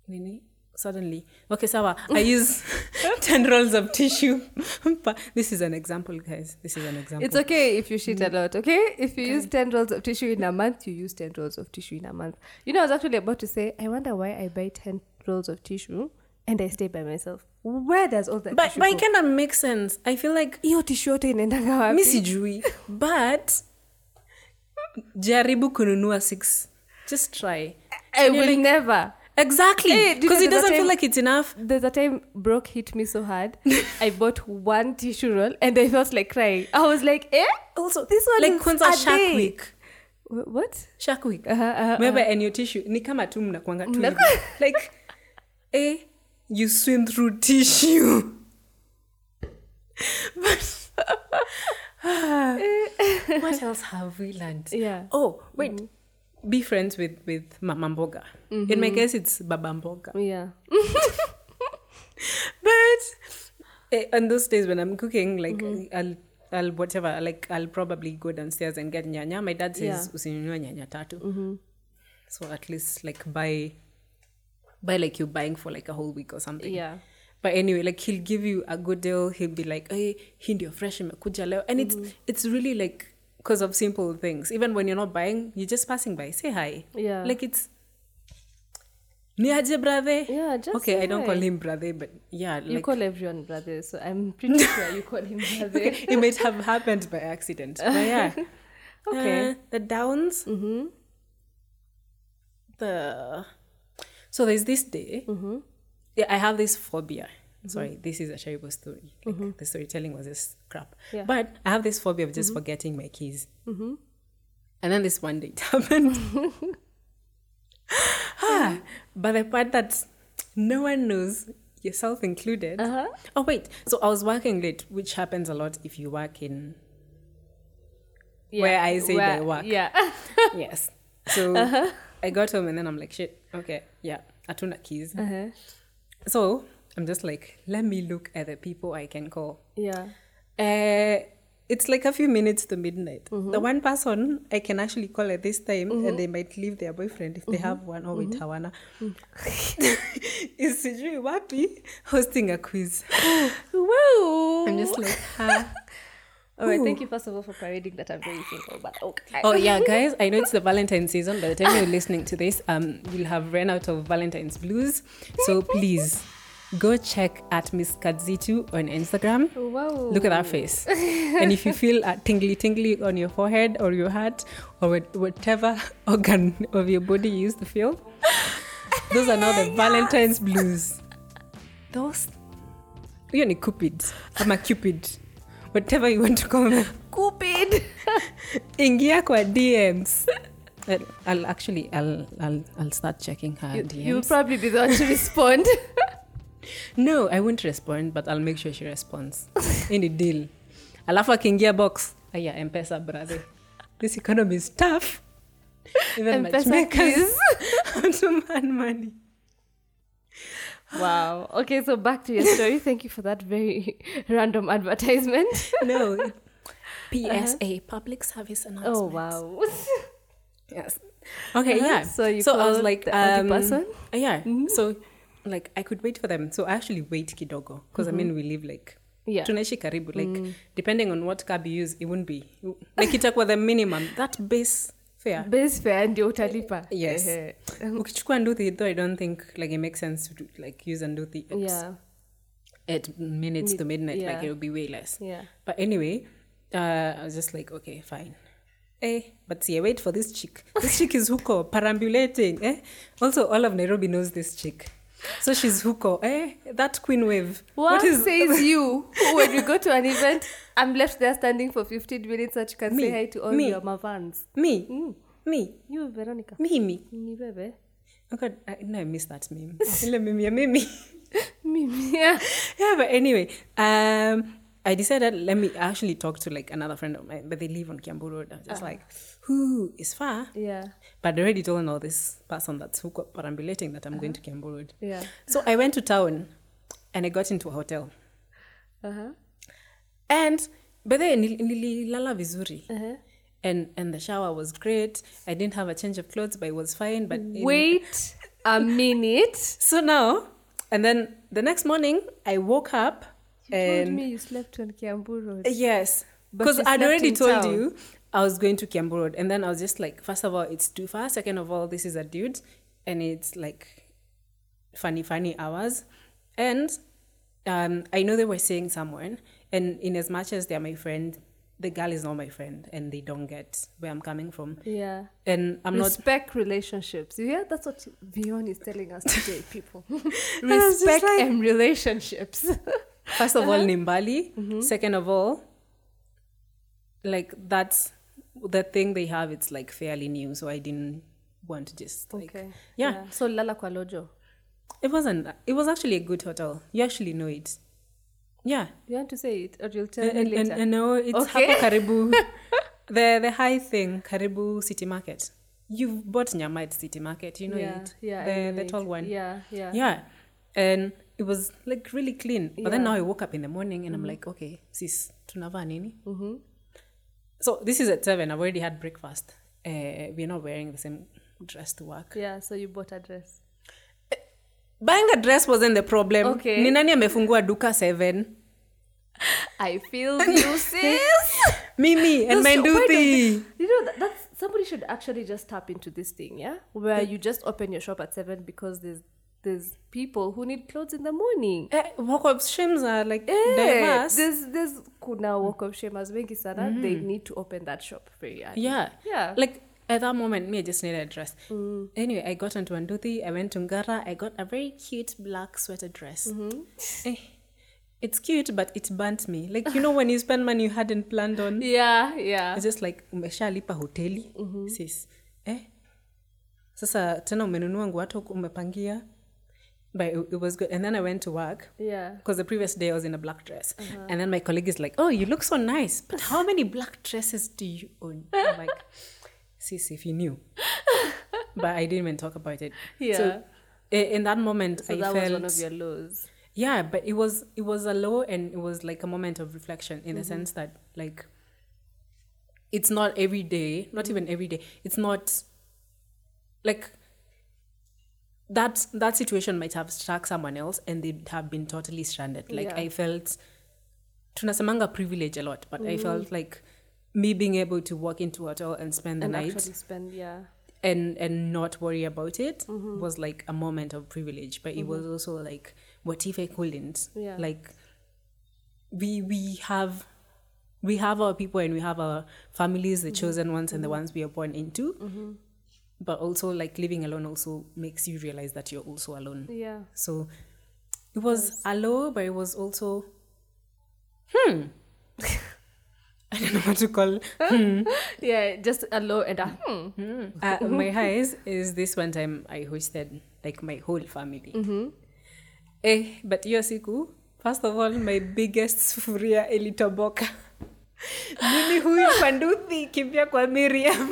S1: nini? Suddenly, okay, sawa. I use ten rolls of tissue. but this is an example, guys. This is an example.
S2: It's okay if you shit a lot, Mm. okay? If you use 10 rolls of tissue in a month, you use 10 rolls of tissue in a month. You know, I was actually about to say, I wonder why I buy 10 rolls of tissue and I stay by myself. Where does all that
S1: but
S2: tissue
S1: but
S2: go?
S1: it kind of makes sense. I feel like
S2: hiyo tissue yote inaendanga wapi?
S1: mi sijui but jaribu kununua six just try
S2: I
S1: And
S2: will
S1: you're like-
S2: exactly. Eh,
S1: exactly
S2: do you
S1: because
S2: know
S1: it
S2: there's a
S1: doesn't feel
S2: time-
S1: like it's enough
S2: There's a time broke hit me so hard. I bought one tissue roll and I felt like crying. I was like, eh?
S1: also
S2: This one
S1: like
S2: is
S1: kwanza
S2: a
S1: shark
S2: day.
S1: week
S2: Wh- What?
S1: shark week
S2: Uh-huh, uh-huh,
S1: remember and your tissue ni kama tu mnakwanga tu
S2: Mna-
S1: hivi. like eh you swim through tissue But- Ah, what else have we learned
S2: Yeah.
S1: oh wait be friends with with mama mboga in my case it's baba mboga
S2: Yeah.
S1: but eh, on those days when I'm cooking, like
S2: Mm-hmm.
S1: I'll I'll whatever, like I'll probably go downstairs and get nyanya. My dad says
S2: Yeah. Mm-hmm.
S1: usinunue nyanya tatu. So at least like buy buy like you're buying for like a whole week or something.
S2: Yeah.
S1: But anyway, like he'll give you a good deal. He'll be like, "Hey, hindi ndio fresh imekuja leo," and it's
S2: Mm-hmm.
S1: it's really like because of simple things. Even when you're not buying, you're just passing by. Say hi.
S2: Yeah.
S1: Like it's ni aje brother.
S2: Yeah, just
S1: okay. I don't
S2: say
S1: call
S2: hi.
S1: him brother, but yeah,
S2: You
S1: like
S2: call everyone brother, so I'm pretty sure you call him brother.
S1: it might have happened by accident. But yeah.
S2: Okay. Mm-hmm.
S1: Uh, the downs. The so there's this day.
S2: Mm-hmm.
S1: Yeah, I have this phobia. Sorry, this is a terrible story. Like the storytelling was just crap.
S2: Mm-hmm. Yeah. Mm-hmm.
S1: But I have this phobia of just forgetting my keys. And then this one day it happened. ah, but the part that no one knows, yourself included.
S2: Uh-huh.
S1: Oh wait, so I was working late, which happens a lot if you work in Where I say they work.
S2: Yeah.
S1: yes. So
S2: Uh-huh.
S1: I got home and then I'm like, shit, okay, yeah, Atuna keys.
S2: uh-huh.
S1: So I'm just like, let me look at the people I can call.
S2: Yeah.
S1: Uh, it's like a few minutes to midnight. The one person I can actually call at this time, and they might leave their boyfriend if they have one, or with Hawana, is Sijui Wapi hosting a quiz.
S2: Woo!
S1: I'm just like, huh?
S2: All right, thank you first of all for parading that I'm very single, but okay.
S1: oh yeah guys i know it's the valentine's season by the time you're listening to this um you'll have run out of valentine's blues so please go check at miss kadzitu on instagram
S2: Oh, Wow.
S1: look at that face and if you feel a tingly tingly on your forehead or your heart or what- whatever organ of your body you used to feel those are now the valentine's blues those you're a cupid i'm a cupid whatever you want to call me
S2: Cupid.
S1: ingia kwa dms Well, I'll actually I'll, I'll I'll start checking her
S2: You,
S1: DMs.
S2: you'll probably be the one to respond.
S1: no, I won't respond, but I'll make sure she responds. Any deal. Alafu akiingia box. Aya, M-Pesa brother. This economy is tough. Even
S2: M-Pesa,
S1: matchmakers want to man money.
S2: wow. Okay, so back to your story. Thank you for that very random advertisement.
S1: No. Uh-huh. it- PSA, public service announcement.
S2: Oh wow.
S1: Yes. Okay,
S2: Uh-huh.
S1: yeah.
S2: So
S1: I
S2: you
S1: was
S2: called
S1: like,
S2: the other
S1: um,
S2: person? Mm-hmm.
S1: uh, Yeah. So like I could wait for them. So I actually wait kidogo because
S2: Mm-hmm.
S1: I mean we live like
S2: Yeah. Mm.
S1: tunaishi karibu like depending on what cab you use it wouldn't be like itakuwa the minimum that base fare
S2: Base fare ndio utalipa.
S1: Yes.
S2: Ehe.
S1: ukichukua nduthi though i don't think like it makes sense to do, like use a nduthi at,
S2: Yeah.
S1: at minutes to midnight
S2: yeah.
S1: like it'll be way less
S2: Yeah.
S1: but anyway uh, i was just like okay fine Eh, but yeah, wait for this chick. This chick is huko, parambulating. Eh? Also, all of Nairobi knows this chick. So she's huko. Eh? That queen wave.
S2: What, says you when you go to an event? I'm left there standing for 15 minutes that you can
S1: Me.
S2: say hi to all
S1: Me.
S2: your mavans.
S1: Me.
S2: Mm.
S1: Me.
S2: You, Veronica.
S1: Mimi.
S2: Ni wewe.
S1: Oh God, I, no, I miss that meme. Ile meme ya Mimi.
S2: Mimi. Yeah.
S1: yeah, but anyway, um, I decided let me actually talk to like another friend of mine, but they live on Kiambu Road. I'm just like, who is far?
S2: Yeah.
S1: But I already told all this person that's who got perambulating that I'm going to Kiambu Road.
S2: Yeah.
S1: So I went to town and I got into a hotel.
S2: Uh-huh.
S1: And but then nililala vizuri. And and the shower was great. I didn't have a change of clothes, but it was fine. But in-
S2: Wait a minute.
S1: so now and then the next morning I woke up
S2: You
S1: and
S2: told me you slept on Kiambu Road.
S1: Yes,
S2: But
S1: because
S2: you
S1: I'd
S2: slept
S1: already
S2: in
S1: told
S2: town.
S1: you I was going to Kiambu Road, and then I was just like, first of all, it's too far. Second of all, this is a dude, and it's like funny, funny hours. And um, I know they were seeing someone, and in as much as they're my friend, the girl is not my friend, and they don't get where I'm coming from.
S2: Yeah.
S1: And I'm not
S2: respect relationships. You hear? That's what Beyond is telling us today, people.
S1: I was just
S2: respect
S1: like-
S2: and relationships.
S1: First of all,
S2: Uh-huh.
S1: Nimbali.
S2: Mm-hmm.
S1: Second of all, like that's the thing they have. It's like fairly new, so I didn't want to just like yeah.
S2: So lala kwa lojo.
S1: It wasn't. It was actually a good hotel. You actually know it. Yeah,
S2: You want to say it, or you'll tell
S1: and, and,
S2: me
S1: and,
S2: later.
S1: and no, it's
S2: Okay.
S1: Hapo Karibu, the the high thing, Karibu City Market. You've bought Nyama at City Market. You know
S2: yeah,
S1: it.
S2: yeah,
S1: the
S2: I know
S1: the
S2: it.
S1: tall one.
S2: Yeah, yeah,
S1: yeah and it was like really clean but then now
S2: Yeah. Mm-hmm.
S1: i woke up in the morning and i'm like okay sis tunavaa nini so this is at seven i've already had breakfast uh, we're not wearing the same dress to work
S2: yeah. So you bought a dress.
S1: buying a dress wasn't the problem
S2: Okay.
S1: ni nani amefungua duka seven
S2: I feel you, sis.
S1: mimi and my
S2: Those- why don't
S1: nduthi
S2: they- You know that, that's somebody should actually just tap into this thing, yeah, where you just open your shop at seven because there's there's people who need clothes in the morning.
S1: Eh, walk of shames are like
S2: Eh,
S1: diverse
S2: there's there's kuna walk of shamers wengi sana they need to open that shop very early.
S1: Mm-hmm. yeah
S2: yeah Mm.
S1: like at that moment me i just needed a dress anyway i got onto anduthi i went to ngara i got a very cute black sweater dress
S2: Mm-hmm.
S1: Eh, it's cute but it burnt me like you know when you spend money you hadn't planned on
S2: yeah Mm-hmm. yeah
S1: it's just like umeshalipa hoteli sis eh sasa tena umenunua nguo hata huku umepangia but it, it was good and then i went to work
S2: yeah
S1: because the previous day I was in a black dress.
S2: Uh-huh.
S1: And then my colleague is like, Oh, you look so nice. But how many black dresses do you own? I'm like, Sis, if you knew. but I didn't even talk about it.
S2: Yeah.
S1: So i- in that moment,
S2: so
S1: I
S2: that was
S1: felt.
S2: one of your lows
S1: yeah, but it was it was a low and it was like a moment of reflection in the
S2: Mm-hmm.
S1: sense that like it's not every day, not even every day. It's not like that that situation might have struck someone else and they'd have been totally stranded like
S2: Yeah.
S1: i felt tunasemanga privilege a lot but i felt like me being able to walk into a hotel and spend the
S2: Mm. and
S1: night
S2: actually spend yeah
S1: and and not worry about it
S2: Mm-hmm.
S1: was like a moment of privilege but it was also like what if i couldn't
S2: Yeah.
S1: like we we have we have our people and we have our families
S2: Mm-hmm.
S1: the chosen ones and the ones we are born into but also like living alone also makes you realize that you're also alone
S2: yeah
S1: so it was a low but it was also hmm i don't know what to call
S2: yeah just a low and a hmm
S1: uh, my highs is this one time I hosted like my whole family. Eh, but hiyo siku first of all my biggest sufuria ilitoboka mimi huyu panduthi kimbia kwa miriam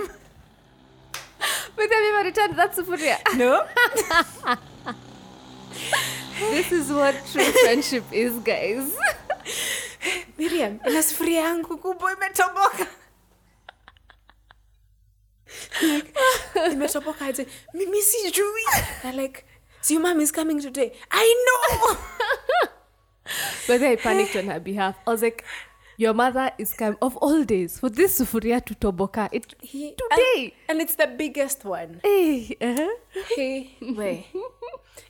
S2: but then we returned that sufuria
S1: no
S2: this is what true friendship is guys
S1: miriam ina sufuria yangu kubwa imetoboka like imetoboka aje mimi sijui Na like so your mom is coming today i know
S2: but then i panicked on her behalf i was like your mother is come of all days for this sufuria to toboka it
S1: He-
S2: today
S1: and it's the biggest one
S2: hey uh-huh.
S1: Hey, way.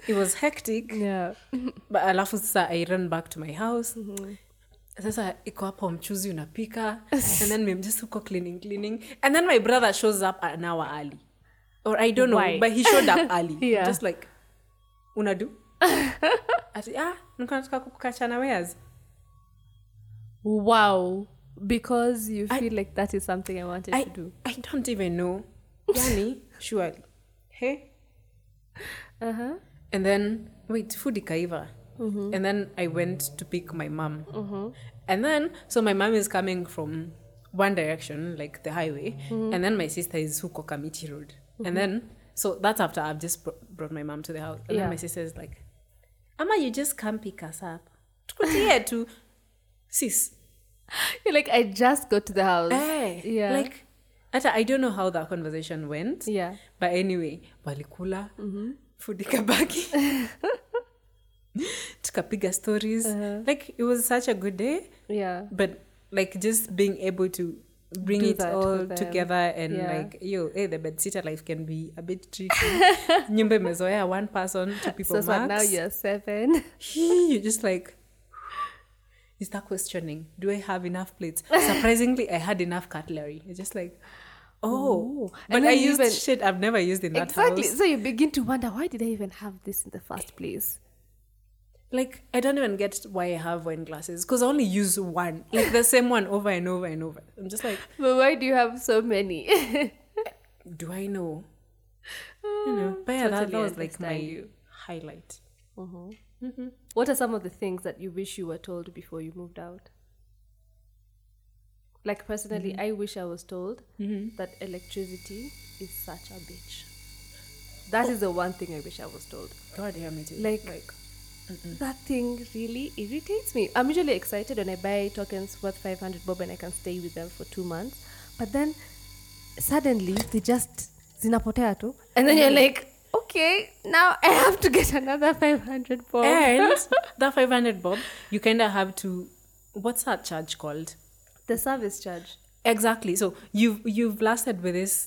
S1: it was hectic
S2: yeah Mm-hmm.
S1: but alafu sasa i ran back to my house sasa iko hapo mchuzi unapika and then mim just uko cleaning cleaning and then my brother shows up an hour early or i don't know
S2: Why?
S1: but he showed up early
S2: Yeah.
S1: just like unadu ati ah nilikuwa nataka kukachana wares
S2: Wow. Because you
S1: I-
S2: feel like that is something I wanted
S1: I,
S2: to do.
S1: i don't even know yani surely hey
S2: Uh huh.
S1: and then wait food ikaiva
S2: Mm-hmm.
S1: and then i went to pick my mom and then so my mom is coming from one direction like the highway
S2: Mm-hmm.
S1: and then my sister is huko kamiti road and then so that's after i've just br- brought my mom to the house and
S2: Yeah.
S1: then my sister is like ama you just come pick us up Tuko here to sis
S2: You're like, I just got to the house.
S1: eh,
S2: yeah.
S1: like hata i don't know how that conversation went
S2: yeah. Mm-hmm.
S1: but anyway walikula food ikabaki tukapiga stories
S2: Uh-huh.
S1: like it was such a good day
S2: Yeah.
S1: but like just being able to bring
S2: Do
S1: it
S2: that
S1: all
S2: with them.
S1: together and
S2: Yeah.
S1: like yo hey, the bedsitter life can be a bit tricky nyumba imezoea one person two people max
S2: So, so now you're seven.
S1: you're just like you start questioning do i have enough plates surprisingly i had enough cutlery you're just like oh
S2: Ooh.
S1: but
S2: And
S1: i
S2: then
S1: used
S2: even-
S1: shit i've never used in that
S2: exactly.
S1: house
S2: So you begin to wonder why did I even have this in the first place?
S1: like i don't even get why i have wine glasses because i only use one like the same one over and over and over i'm just like
S2: But why do you have so many?
S1: do i know you know but yeah, that, that
S2: totally
S1: was like my
S2: understand you.
S1: highlight
S2: Mm-hmm. What are some of the things that you wish you were told before you moved out? Like personally, I wish I was told that electricity is such a bitch. That is the one thing I wish I was told.
S1: god yeah me too
S2: Like- That thing really irritates me. I'm usually excited when I buy tokens worth 500 bob and I can stay with them for two months. But then suddenly they just zinapotea tu. And then you're like, okay, now I have to get another 500 bob.
S1: and that 500 bob you kind of have to what's that charge called
S2: the service charge
S1: Exactly. So you've you've lasted with this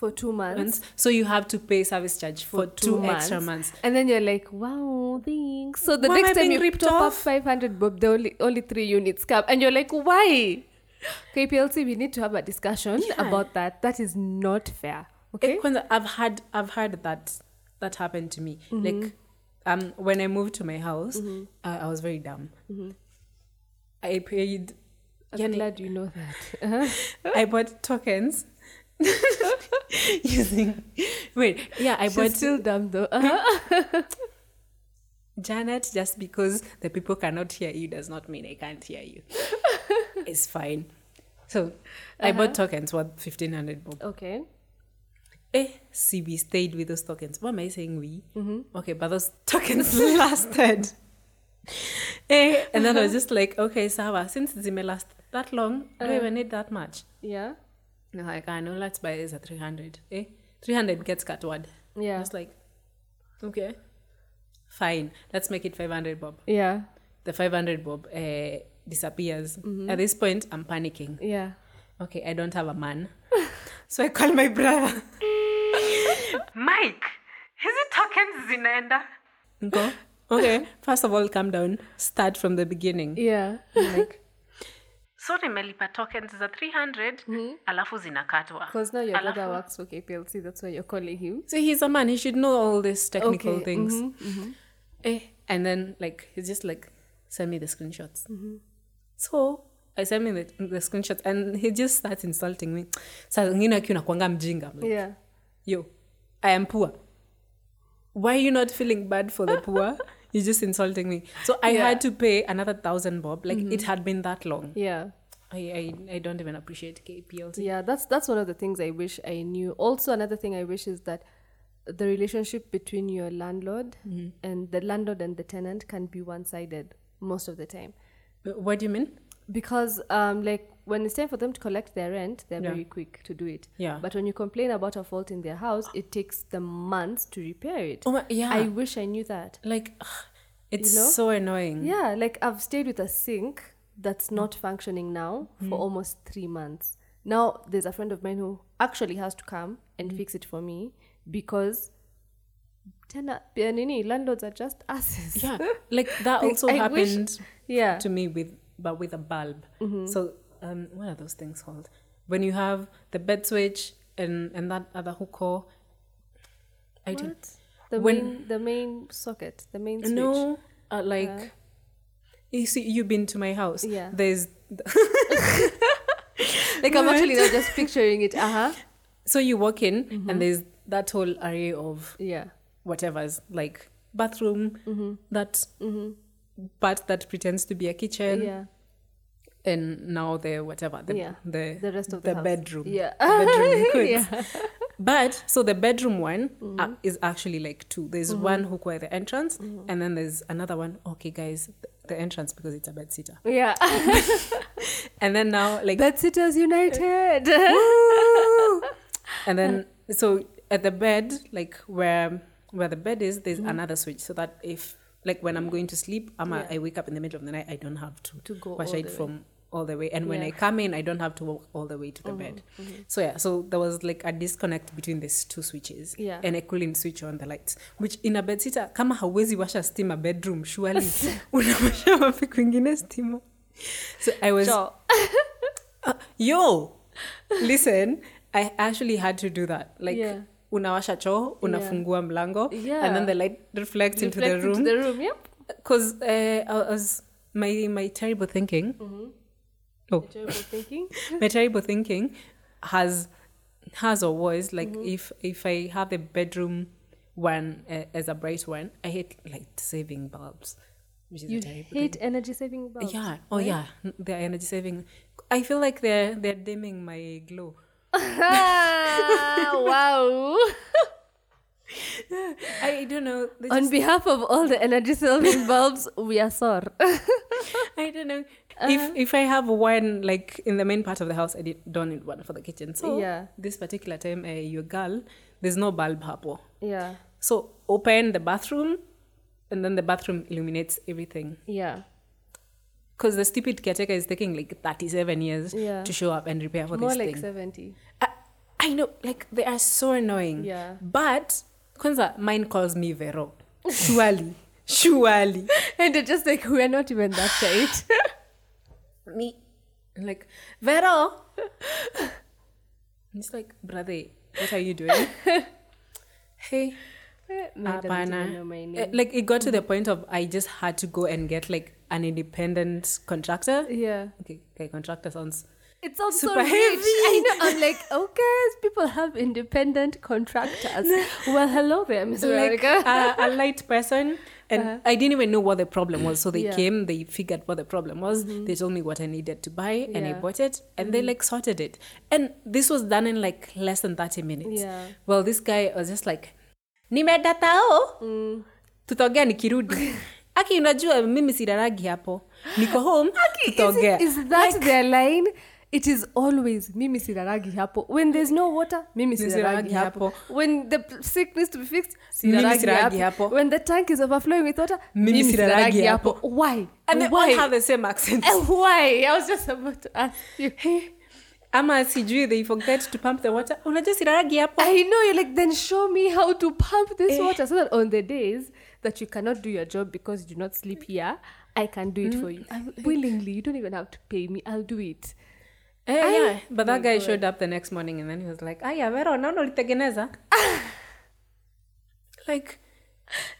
S2: for two months
S1: months, so you have to pay service charge for, two, extra months. Eh,
S2: and then you're like wow thanks so the
S1: Why am I
S2: next time
S1: being
S2: you
S1: ripped
S2: top up
S1: off?
S2: 500 bob the only only three units come and you're like why kplc we need to have a discussion
S1: Yeah.
S2: about that that is not fair
S1: Okay.
S2: okay
S1: I've had I've had that that happened to me. Like, um, when I moved to my house, uh, I was very dumb. I paid.
S2: i'm
S1: yani,
S2: glad you know that
S1: I bought tokens using. Wait, yeah, I
S2: She's
S1: bought
S2: still dumb though uh-huh.
S1: Janet, just because the people cannot hear you does not mean I can't hear you. it's fine. So I bought tokens worth fifteen hundred bob.
S2: okay
S1: Eh, see, we stayed with those tokens. What am I saying we? Okay, but those tokens lasted. eh, and then I was just like, okay, Sawa, since they may last that long, I don't even need that much.
S2: yeah
S1: No, I can't. No, let's buy this at 300. Eh, 300 gets cut word.
S2: yeah
S1: Just like, okay, fine. Let's make it 500 bob.
S2: yeah
S1: the 500 bob uh, disappears. At this point, I'm panicking.
S2: yeah
S1: Okay, I don't have a man. so I call my brother. Mike, is it tokens zinaenda? Go. Okay, first of all, calm down. Start from the beginning.
S2: yeah
S1: Like, so nimelipa tokens za 300 alafu zinakatwa
S2: because now your brother
S1: Alafu-
S2: works for kplc that's why you're calling him
S1: so he's a man he should know all these technical
S2: Okay,
S1: things Eh, and then like he's just like send me the screenshots so i send me the, the screenshots and he just starts insulting me saa ingine akiwa nakwanga mjinga I'm like,
S2: yeah
S1: yo i am poor why are you not feeling bad for the poor you're just insulting me so i
S2: Yeah.
S1: had to pay another thousand bob like it had been that long
S2: yeah
S1: Mm-hmm. I, I, I don't even appreciate kplc
S2: Yeah, that's that's one of the things I wish I knew. Also, another thing I wish is that the relationship between your landlord
S1: Mm-hmm.
S2: and the landlord and the tenant can be one-sided most of the time
S1: Uh, what do you mean
S2: because um like when it's time for them to collect their rent they're
S1: Yeah.
S2: very quick to do it
S1: Yeah.
S2: but when you complain about a fault in their house it takes them months to repair it
S1: Oh my- yeah.
S2: i wish i knew that
S1: like ugh, it's
S2: You know?
S1: so annoying
S2: yeah, like I've stayed with a sink that's
S1: Mm.
S2: not functioning now for almost three months. Now there's a friend of mine who actually has to come and
S1: Mm.
S2: fix it for me because tena eh, pia nini landlords are just asses.
S1: yeah like that
S2: Like,
S1: also
S2: I wish-
S1: happened
S2: yeah.
S1: to me with but with a bulb. So um, what are those things called? When you have the bed switch and and that other hooker. I don't
S2: What? The
S1: When-
S2: main the main socket, the main switch.
S1: no, uh, like you see, you've been to my house.
S2: Yeah.
S1: There's
S2: Like I'm
S1: What?
S2: actually now just picturing it. Uh huh.
S1: so you walk in
S2: Mm-hmm.
S1: and there's that whole array of
S2: Yeah.
S1: whatever's like bathroom
S2: Mm-hmm.
S1: that part that pretends to be a kitchen
S2: yeah.
S1: and now the whatever the
S2: Yeah.
S1: the,
S2: The rest of the house.
S1: bedroom
S2: Yeah.
S1: bedroom quirks.
S2: yeah.
S1: But so the bedroom one
S2: Mm-hmm.
S1: uh, is actually like two. There's one hook at the entrance,
S2: Mm-hmm.
S1: and then there's another one. Okay, guys, th- the entrance because it's a bed sitter.
S2: Yeah.
S1: And then now, like,
S2: Bed sitters united.
S1: and then so at the bed, like where where the bed is,
S2: Mm.
S1: there's another switch so that if like when I'm going to sleep, I'm a,
S2: Yeah.
S1: I wake up in the middle of the night, I don't have to
S2: To go
S1: wash
S2: all
S1: it
S2: the way.
S1: from all the way. And when
S2: Yeah. Mm-hmm.
S1: I come in, I don't have to walk all the way to the bed. So yeah, so there was like a disconnect between these two switches.
S2: Yeah.
S1: And I couldn't switch on the lights. Which in a bed sitter, kama hawezi washa stima bedroom, surely unawasha wapi kwingine stima. So I was
S2: Sure.
S1: Uh, yo listen i actually had to do that like
S2: Yeah.
S1: unawasha choo unafungua mlango
S2: Yeah.
S1: and then the light reflects into the
S2: Reflect
S1: room
S2: Into the room. Yep.
S1: because uh, I was my my terrible thinking oh
S2: Enjoyable thinking.
S1: my terrible thinking has has or was like
S2: Mm-hmm.
S1: if if i have a bedroom one uh, as a bright one i hate light saving bulbs which is
S2: You
S1: a terrible thing.
S2: hate energy saving bulbs.
S1: Yeah. Oh yeah. N- They're energy saving. I feel like they're they're dimming my glow.
S2: Ah, wow.
S1: I don't know. They
S2: On
S1: just-
S2: behalf of all the energy saving bulbs, we are sorry.
S1: I don't know.
S2: Uh-huh.
S1: If if I have one like in the main part of the house, I did, don't need one for the kitchen. So
S2: Yeah.
S1: this particular time, uh, your girl, there's no bulb hapo.
S2: yeah.
S1: So open the bathroom, and then the bathroom illuminates everything.
S2: Yeah.
S1: Because the stupid caretaker is taking like 37 years
S2: Yeah.
S1: to show up and repair for
S2: More
S1: this
S2: like
S1: thing.
S2: 70.
S1: I, I know, like they are so annoying.
S2: Yeah.
S1: But Kwanza, mine calls me Vero. Surely. Surely.
S2: And they're just like, we're not even that tight.
S1: Me. Like, Vero. it's like, brother, what are you doing? hey.
S2: Man doesn't
S1: Hapana.
S2: even know my
S1: Eh,
S2: name.
S1: Like it got to the point of I just had to go and get like an independent contractor.
S2: Yeah.
S1: Okay, okay, contractor sounds
S2: It's also
S1: Super
S2: rich.
S1: heavy.
S2: I know. I'm like, okay, people have independent contractors. well, hello there, Miss
S1: like
S2: Veronica.
S1: a, a light person and i didn't even know what the problem was so they
S2: Yeah.
S1: came they figured what the problem was they told me what i needed to buy and i
S2: Yeah.
S1: bought it and they like sorted it and this was done in like less than 30 minutes
S2: Yeah.
S1: well this guy was just like nimeda tao tutaongea nikirudi aki unajua mimi sidaragi hapo niko home tutaongea
S2: Is, it, is that their line? It is always mimi sidaragi hapo. When there's no water, mimi sidaragi
S1: Sidaragi
S2: hapo.
S1: hapo.
S2: When the p- sick needs to be fixed,
S1: Mimi
S2: sidaragi
S1: sidaragi
S2: hapo.
S1: hapo.
S2: When the tank is overflowing with water,
S1: Mimi sidaragi hapo.
S2: Why?
S1: and they
S2: Why?
S1: all have the same accent
S2: And why? I was just about to ask you.
S1: ama sijui they forget to pump the water unajua sidaragi hapo
S2: I know you're like, then show me how to pump
S1: Eh.
S2: this water so that on the days that you cannot do your job because you do not sleep here, I can do it
S1: Mm.
S2: for you. Willingly, you don't even have to pay me, I'll do it.
S1: Eh,
S2: I-
S1: yeah. But that
S2: My
S1: guy
S2: God.
S1: showed up the next morning and then he was like, Aya, Vero, naona ulitengeneza. like,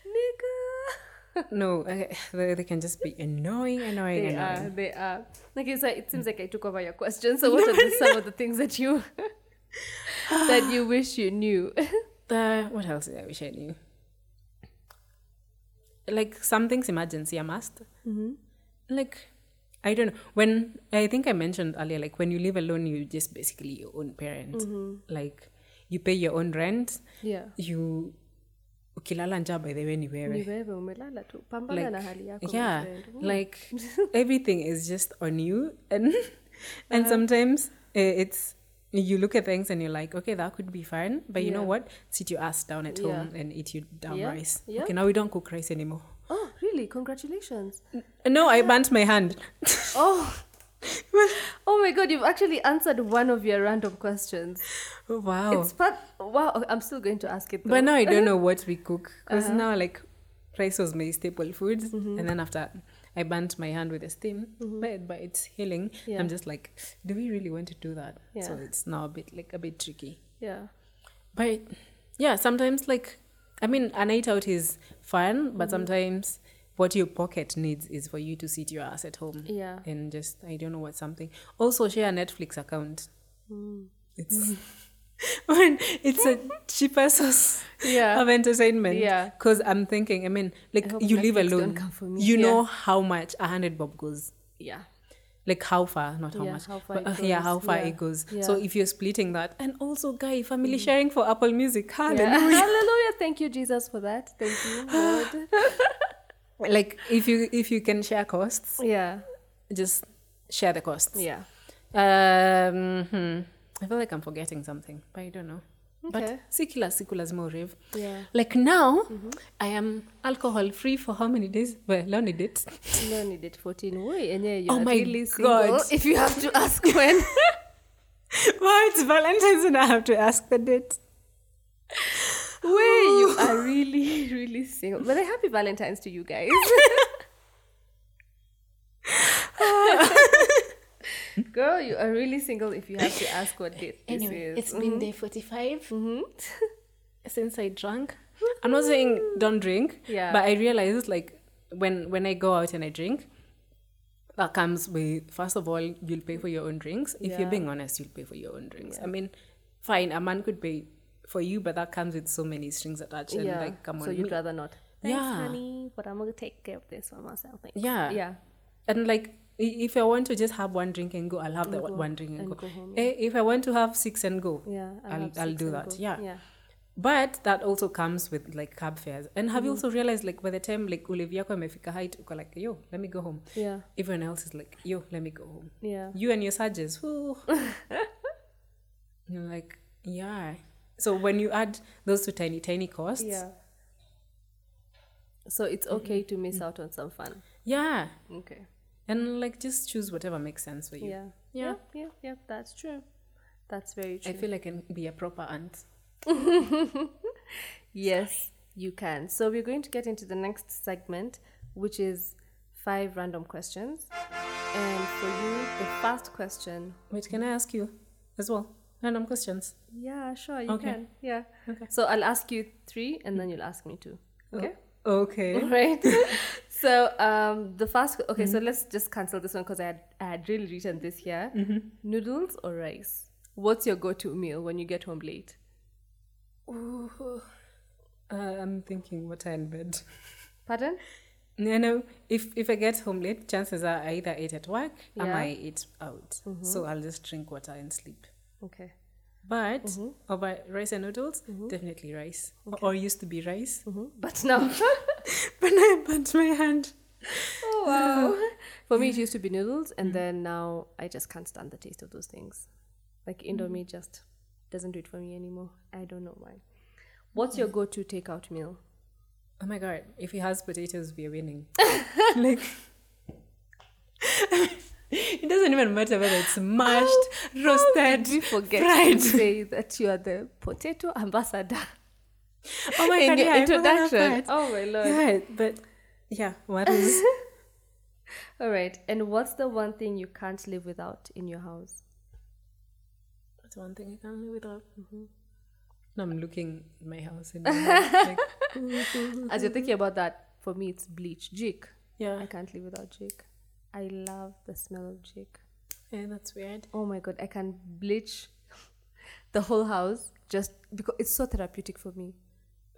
S2: Nigga.
S1: no, eh, they, they can just be annoying, annoying,
S2: They
S1: annoying.
S2: are, Mm. they are. Okay, so it seems like I took over your question. So what are the, some of the things that you that you wish you knew?
S1: The, what else did I wish I knew? Like, something's emergency, a must.
S2: Mm-hmm.
S1: Like, I don't know. When, I think I mentioned earlier, like, when you live alone, you just basically your own parent.
S2: Mm-hmm.
S1: Like, you pay your own rent.
S2: yeah.
S1: You, ukilala njaa by the way ni wewe.
S2: Ni wewe umelala tu. Pambana na hali yako. my
S1: yeah
S2: friend.
S1: like everything is just on you and
S2: Uh-huh.
S1: and sometimes uh, it's you look at things and you're like okay that could be fine but you know
S2: Yeah.
S1: what sit your ass down at
S2: Yeah.
S1: home and eat your damn
S2: Yeah,
S1: rice
S2: yeah.
S1: okay now we don't cook rice anymore
S2: Oh, really? Congratulations.
S1: no i burnt my hand
S2: Oh. oh my god, you've actually answered one of your random questions.
S1: Oh, wow
S2: It's part wow, I'm still going to ask it though.
S1: but now
S2: Mm-hmm.
S1: i don't know what we cook because now like rice was my staple food and then after I burnt my hand with a steam, but, but it's healing.
S2: Yeah.
S1: I'm just like, do we really want to do that? So
S2: Yeah.
S1: it's now a bit like a bit tricky.
S2: Yeah.
S1: But yeah, sometimes like I mean, a night out is fun,
S2: Mm.
S1: but sometimes what your pocket needs is for you to sit your ass at home
S2: Yeah.
S1: and just I don't know what something. Also, share a Netflix account.
S2: Mm.
S1: It's when it's a cheaper source
S2: Yeah.
S1: of entertainment.
S2: Yeah.
S1: because I'm thinking. I mean, like
S2: hope
S1: you live
S2: Netflix don't
S1: alone,
S2: come for me.
S1: you
S2: Yeah.
S1: know how much a hundred bob goes
S2: Yeah.
S1: like how far not how
S2: Yeah,
S1: much
S2: how far
S1: but,
S2: it
S1: uh, yeah how
S2: goes.
S1: far
S2: Yeah.
S1: it goes so
S2: Yeah. Mm.
S1: if you're splitting that and also guy family sharing for apple music
S2: Yeah.
S1: hallelujah
S2: Hallelujah. Thank you, Jesus, for that. Thank you, Lord.
S1: like if you if you can share costs
S2: yeah.
S1: just share the costs
S2: Yeah.
S1: um hmm. i feel like i'm forgetting something but i don't know
S2: Okay. Mm-hmm.
S1: but sikula sikula's more rave
S2: Yeah.
S1: like now i am alcohol free for how many days well lonely dates
S2: No need it 14. Wait, and yeah, you're
S1: Oh my
S2: really
S1: God.
S2: single. If you have to ask when.
S1: wow it's valentine's and i have to ask the date
S2: Wait, you are really, really single. But a happy Valentine's to you guys. Girl, you are really single if you have to ask what date
S1: Anyway,
S2: this
S1: it's
S2: is. Mm-hmm.
S1: been day 45 since I drank. I'm not saying don't drink,
S2: Yeah.
S1: but I realize like when when I go out and I drink, that comes with first of all you'll pay for your own drinks. If
S2: Yeah.
S1: you're being honest, you'll pay for your own drinks. I mean, fine, a man could pay for you, but that comes with so many strings attached. And
S2: yeah.
S1: like, come on,
S2: so you'd
S1: me.
S2: rather not. Thanks,
S1: Yeah.
S2: honey, but I'm gonna take care of this for myself. Thanks.
S1: yeah,
S2: Yeah.
S1: and like i- if I want to just have one drink and go, I'll have the
S2: go-
S1: one drink and,
S2: and
S1: go.
S2: go home,
S1: Eh, if I want to have six and go,
S2: Yeah.
S1: I'll-
S2: have
S1: I'll
S2: sex
S1: do
S2: and
S1: that,
S2: go.
S1: yeah.
S2: Yeah.
S1: but that also comes with like cab fares and have you
S2: Mm.
S1: also realized like by the time like ulevi yako amefika height uko like yo let me go home
S2: Yeah.
S1: everyone else is like yo let me go home
S2: Yeah.
S1: you and your surges whoo. you're like yeah so when you add those two tiny tiny costs
S2: Yeah. Mm-hmm. So it's okay to miss out on some fun.
S1: yeah
S2: Okay.
S1: and like just choose whatever makes sense for you
S2: Yeah.
S1: Yeah.
S2: Yeah. Yeah. yeah, That's true. That's very true.
S1: i feel i can be a proper aunt
S2: Yes, you can. So we're going to get into the next segment, which is five random questions. And for you, the first question.
S1: wait can i ask you as well random questions
S2: Yeah, sure, you
S1: Okay.
S2: can. Yeah. Okay. So I'll ask you three, and then you'll ask me two. Okay.
S1: okay
S2: All right. so um, the first. Okay, so let's just cancel this one because I had I had really written this here. Noodles or rice? What's your go-to meal when you get home late?
S1: uh, i'm thinking what in bed
S2: Pardon?
S1: No, no. If if I get home late, chances are I either eat at work or
S2: Yeah.
S1: I eat out. So I'll just drink water and sleep.
S2: Okay.
S1: But over rice and noodles, definitely rice. Or- Or used to be rice.
S2: But now.
S1: Mm-hmm. But I burnt my hand.
S2: Oh wow! Mm-hmm. For me, it used to be noodles, and then now I just can't stand the taste of those things. Like Indomie just doesn't do it for me anymore. I don't know why. What's your go-to takeout meal?
S1: Oh my god! If he has potatoes, we are winning. like. It doesn't even matter whether it's mashed, roasted,
S2: Did we forget
S1: fried.
S2: to say that you are the potato ambassador
S1: Oh my
S2: in
S1: god!
S2: your
S1: yeah, I forgot about
S2: introduction?
S1: that.
S2: Oh my lord!
S1: Yeah, but yeah, what is
S2: All right. And what's the one thing you can't live without in your house?
S1: That's one thing I can't live without. Mm-hmm. No, I'm looking at my house and I'm like,
S2: As
S1: Mm-hmm.
S2: you're thinking about that, for me, it's bleach. Jake. I
S1: yeah,
S2: can't live without Jake. I love the smell of Jake.
S1: yeah, that's weird.
S2: Oh my god, I can bleach the whole house just because it's so therapeutic for me.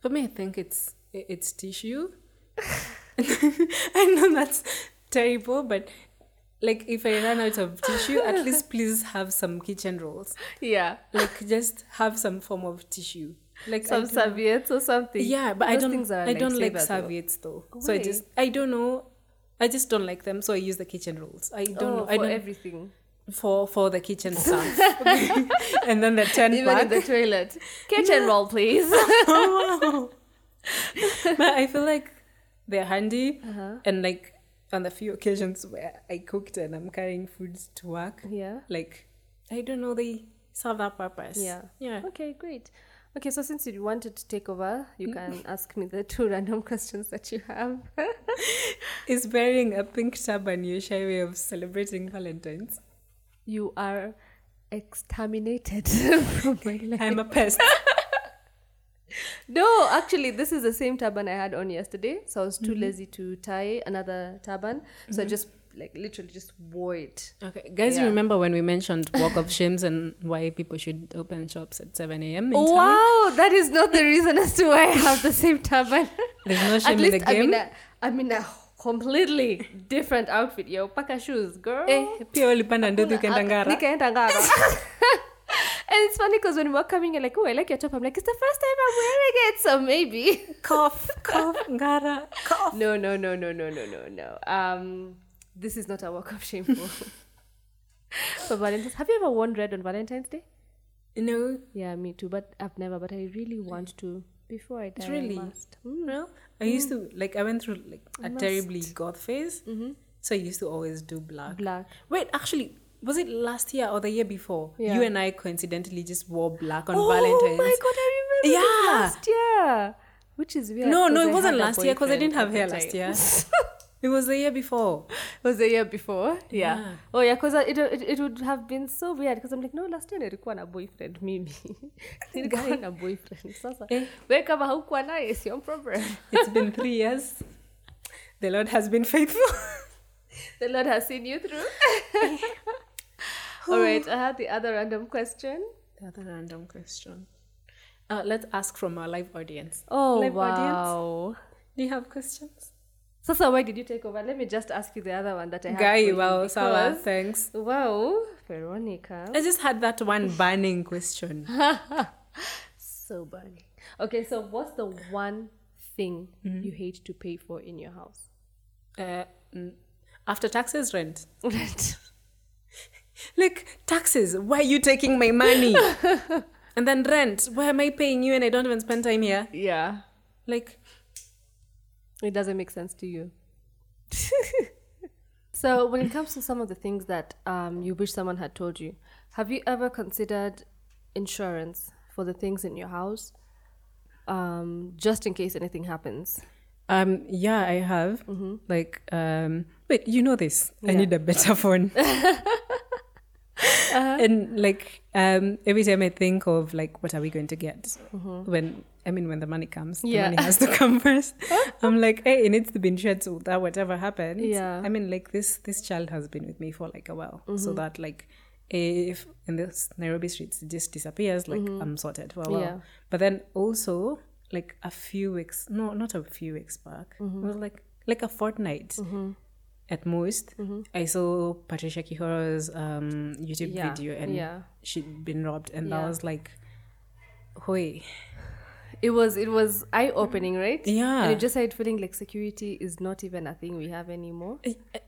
S1: For me, I think it's i- it's tissue. I know that's terrible, but like if I run out of tissue, at least please have some kitchen rolls.
S2: Yeah.
S1: Like just have some form of tissue. Like I
S2: Some
S1: don't-
S2: serviettes or something.
S1: Yeah, but I
S2: Those
S1: don't.
S2: things are
S1: I don't like
S2: lifesavers, though.
S1: serviettes though. So I
S2: Why?
S1: just I don't know. I just don't like them, so I use the kitchen rolls. I don't.
S2: Oh,
S1: know.
S2: for
S1: I don't
S2: everything.
S1: for for the kitchen stuff and then the ten
S2: Even
S1: pack.
S2: in the toilet. Kitchen roll, please.
S1: but i feel like they're handy
S2: Uh-huh.
S1: and like on the few occasions where i cooked and i'm carrying food to work
S2: yeah.
S1: like i don't know they serve that purpose
S2: Yeah.
S1: yeah
S2: Okay, great. Okay, so since you
S1: Mm-hmm.
S2: wanted to take over, you can ask me the two random questions that you have.
S1: Is wearing a pink turban your shy way of celebrating Valentine's?
S2: You are exterminated from my life.
S1: I'm a pest.
S2: No, actually, this is the same turban I had on yesterday. So I was too lazy to tie another turban. So I just like literally just wore it.
S1: Okay, guys,
S2: Yeah.
S1: remember when we mentioned walk of shames and why people should open shops at 7 a.m. in town?
S2: Wow, that is not the reason as to why I have the same turban.
S1: There's no
S2: At
S1: shame in
S2: least uh,
S1: the
S2: I'm in
S1: game.
S2: a, I'm in a completely different outfit. Yo, paka shoes, girl. Ah,
S1: Eh, pia walipanda nduthi ukaenda ngara.
S2: Nikaenda ngara. And it's funny because when we were coming, you're like, oh, I like your top. I'm like, it's the first time I'm wearing it, so maybe.
S1: cough, cough, ngara, cough.
S2: No, no, no, no, no, no, no, no. Um, this is not a walk of shame for, for Valentine's. Have you ever worn red on Valentine's Day?
S1: No,
S2: Yeah, me too. But I've never. But I really want to. Before I die,
S1: Really?
S2: I must. Mm.
S1: no. I used to like I went through like a terribly goth phase, so I used to always do black.
S2: Mm-hmm. Black.
S1: Wait, actually, was it last year or the year before?
S2: Yeah.
S1: You and I coincidentally just wore black on
S2: oh
S1: Valentine's.
S2: my god, I remember.
S1: Yeah.
S2: Yeah. Last year. Which is weird.
S1: No, no,
S2: 'cause
S1: it
S2: I
S1: wasn't
S2: had a
S1: last year because I didn't have
S2: boyfriend
S1: hair
S2: at the
S1: last
S2: time.
S1: year. it was the year before.
S2: was the year before. Yeah.
S1: Yeah.
S2: Oh yeah, because it, it it would have been so weird because I'm like, no, last year nilikuwa na boyfriend mimi. nilikuwa na boyfriend. Sasa
S1: Eh.
S2: wewe kama haukuwa naye it's your problem.
S1: It's been three years. The Lord has been faithful.
S2: The Lord has seen you through. All right, I had the other random question.
S1: the other random question. Uh, let's ask from our live audience.
S2: Oh
S1: Live audience.
S2: wow.
S1: Do you have questions?
S2: Sasa, why did you take over? Let me just ask you the other one that I had. for
S1: Guy,
S2: you
S1: wow, Sawa,
S2: because-
S1: thanks.
S2: Wow, Veronica.
S1: I just had that one burning question.
S2: So burning. Okay, so what's the one thing you hate to pay for in your house?
S1: Uh, mm, after taxes, rent.
S2: Right.
S1: Like, taxes, why are you taking my money? and then rent, why am I paying you and I don't even spend time here?
S2: Yeah.
S1: Like,
S2: It doesn't make sense to you. so, when it comes to some of the things that um, you wish someone had told you, have you ever considered insurance for the things in your house um, just in case anything happens?
S1: Um, yeah, I have.
S2: Mm-hmm.
S1: Like, um, wait, you know this. I need a better phone.
S2: Uh-huh.
S1: And like, um, every time I think of like, what are we going to get when? I mean, when the money comes,
S2: Mm-hmm. Yeah.
S1: the money has to come first. I'm like, hey, it needs to be insured so that whatever happens.
S2: Yeah.
S1: I mean, like this this child has been with me for like a while,
S2: Mm-hmm.
S1: so that like, if in this Nairobi streets it just disappears, like I'm sorted for a while.
S2: Mm-hmm. Yeah.
S1: But then also, like a few weeks, no, not a few weeks back,
S2: Mm-hmm.
S1: it was like like a fortnight at most.
S2: Mm-hmm.
S1: I saw Patricia Kihora's um, YouTube
S2: Yeah,
S1: video, and
S2: yeah.
S1: she'd been robbed, and
S2: Yeah.
S1: that was like, hoy,
S2: It was it was eye opening, right?
S1: Yeah.
S2: And you just started feeling like security is not even a thing we have anymore.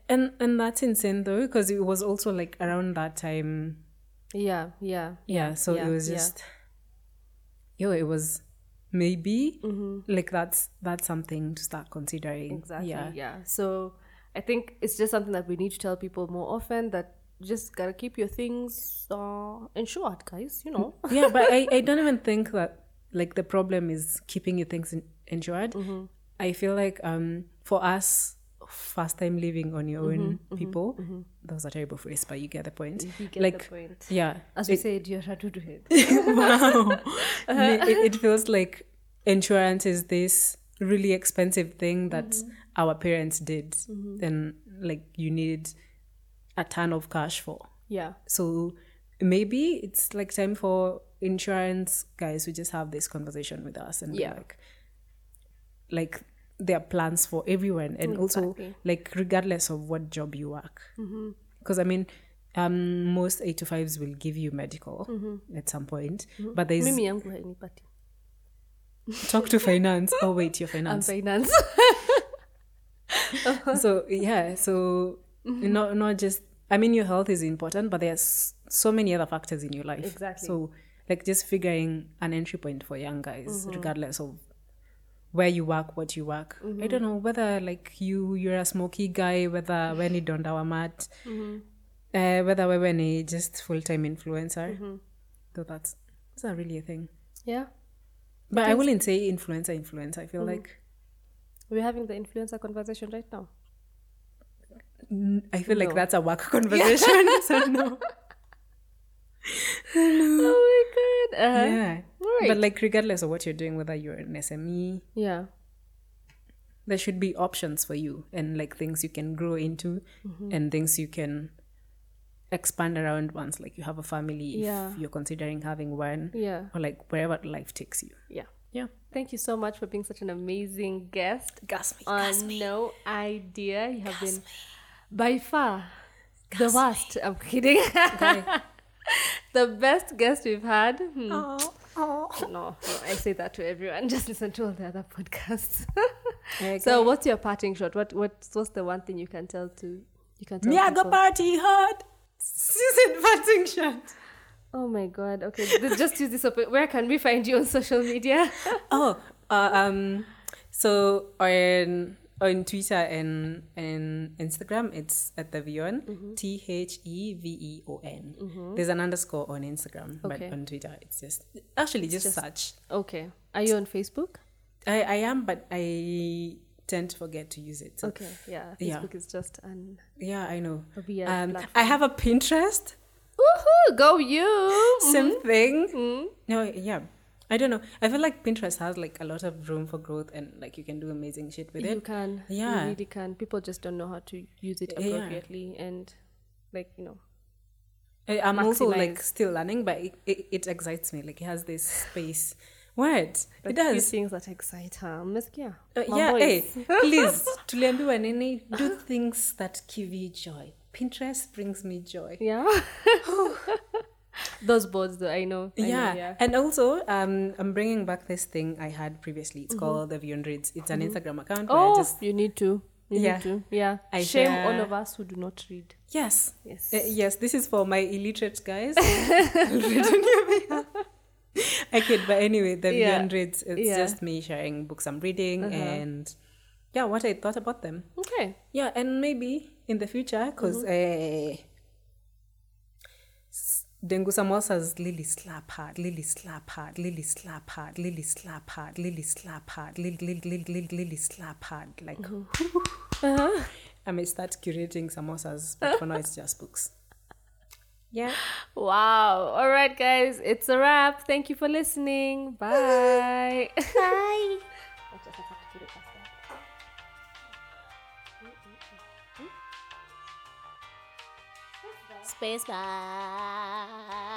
S1: and and that's insane though, because it was also like around that time.
S2: Yeah, yeah.
S1: Yeah, so
S2: yeah,
S1: it was
S2: yeah.
S1: just, yo, it was maybe like that's that's something to start considering.
S2: Mm-hmm. Exactly.
S1: Yeah.
S2: Yeah. So I think it's just something that we need to tell people more often that you just gotta keep your things uh, insured, guys. You know.
S1: yeah but I, I don't even think that like the problem is keeping your things in, insured
S2: Mm-hmm.
S1: i feel like um for us first time living on your
S2: Mm-hmm.
S1: own people that was a terrible phrase but you get the point
S2: You get
S1: like
S2: the point.
S1: yeah
S2: As we
S1: it,
S2: said, you're a to do it.
S1: wow it, it feels like insurance is this really expensive thing that our parents did and like you need a ton of cash for
S2: Yeah.
S1: so maybe it's like time for insurance guys to just have this conversation with us and be
S2: Yeah.
S1: like, like there are plans for everyone, and also
S2: Mm, Exactly. Mm-hmm.
S1: like regardless of what job you work, because I mean, um, most eight to fives will give you medical
S2: Mm-hmm.
S1: at some point, but there's
S2: Mimi yangu hainipati.
S1: talk to finance. oh wait, your
S2: I'm
S1: finance.
S2: finance.
S1: so yeah so
S2: Mm-hmm.
S1: not not just i mean your health is important but there's so many other factors in your life
S2: Exactly.
S1: so like just figuring an entry point for young guys
S2: Mm-hmm.
S1: regardless of where you work what you work
S2: Mm-hmm.
S1: i don't know whether like you you're a smoky guy whether when you don't our mat
S2: Mm-hmm.
S1: uh, whether we're when you just full-time influencer
S2: Mm-hmm.
S1: though that's that's not really a thing
S2: yeah.
S1: but i
S2: Mm-hmm.
S1: wouldn't say influencer influencer i feel like
S2: We're having the influencer conversation right now.
S1: N- I feel
S2: No.
S1: like that's a work conversation. so no.
S2: Oh my god. Uh-huh.
S1: Yeah.
S2: Right.
S1: But like regardless of what you're doing, whether you're an SME,
S2: yeah.
S1: there should be options for you and like things you can grow into
S2: Mm-hmm.
S1: and things you can expand around once like you have a family if
S2: Yeah.
S1: you're considering having one
S2: Yeah.
S1: or like wherever life takes you.
S2: Yeah.
S1: Yeah.
S2: Thank you so much for being such an amazing guest.
S1: Gas me,
S2: on no idea. You have been by far the worst. I'm kidding. the best guest we've had. Hmm. No, no, I say that to everyone. Just listen to all the other podcasts. So, what's your parting shot? What what what's the one thing you can tell to you can tell
S1: Yeah, go
S2: people?
S1: party hard. Season parting shot.
S2: Oh my god. Okay, th- just use this. Open- Where can we find you on social media?
S1: Oh, uh, um, so on on Twitter and and Instagram, it's at the
S2: Mm-hmm.
S1: Vion, T H E V E O N. There's an underscore on Instagram,
S2: Okay.
S1: but on Twitter, it's just actually just, search.
S2: okay. Are you on Facebook?
S1: I I am, but I tend to forget to use it. So,
S2: Okay. Yeah.
S1: Yeah.
S2: Facebook is just an
S1: Yeah, I know.
S2: A weird
S1: um, I
S2: platform.
S1: have a Pinterest.
S2: Woohoo! Go you!
S1: Same thing.
S2: Mm-hmm.
S1: No, yeah. I don't know. I feel like Pinterest has like a lot of room for growth, and like you can do amazing shit with it.
S2: You can.
S1: Yeah.
S2: You really can. People just don't know how to use it
S1: Yeah.
S2: appropriately and, like, you know.
S1: I- Eh, I'm also like
S2: maximize.
S1: still learning, but it, it, it excites me. Like it has this space. What? It
S2: Like, Few
S1: does.
S2: things that excite her. Umesikia?
S1: Uh,
S2: My
S1: yeah, hey,
S2: voice.
S1: please, tuliambiwa nini, do things that give you joy. Pinterest brings me joy.
S2: Yeah. Those boards, though, I know. I know,
S1: yeah.
S2: yeah.
S1: and also um, I'm bringing back this thing I had previously. It's called the Vion Reads. It's an Instagram account where
S2: Mm-hmm. Oh,
S1: I just
S2: you need to. You
S1: Yeah.
S2: need to. Yeah.
S1: I
S2: Shame
S1: share-
S2: all of us who do not read.
S1: yes,
S2: Yes.
S1: Uh, yes, this is for my illiterate guys. I kid, but anyway, the
S2: Yeah.
S1: Beyond Reads, it's
S2: Yeah.
S1: just me sharing books I'm reading
S2: Uh-huh.
S1: and yeah, what I thought about them.
S2: Okay.
S1: Yeah, and maybe in the future, because Dengu Samosa's Lily slap hard, Lily slap hard, Lily slap hard, Lily slap hard, Lily slap hard, Lily, Lily, Lily, Lily, Lily slap hard. Like, I may start curating samosas, but for now it's just books. Yeah.
S2: Wow. All right, guys. It's a wrap. Thank you for listening. Bye. Bye.
S4: Space bar.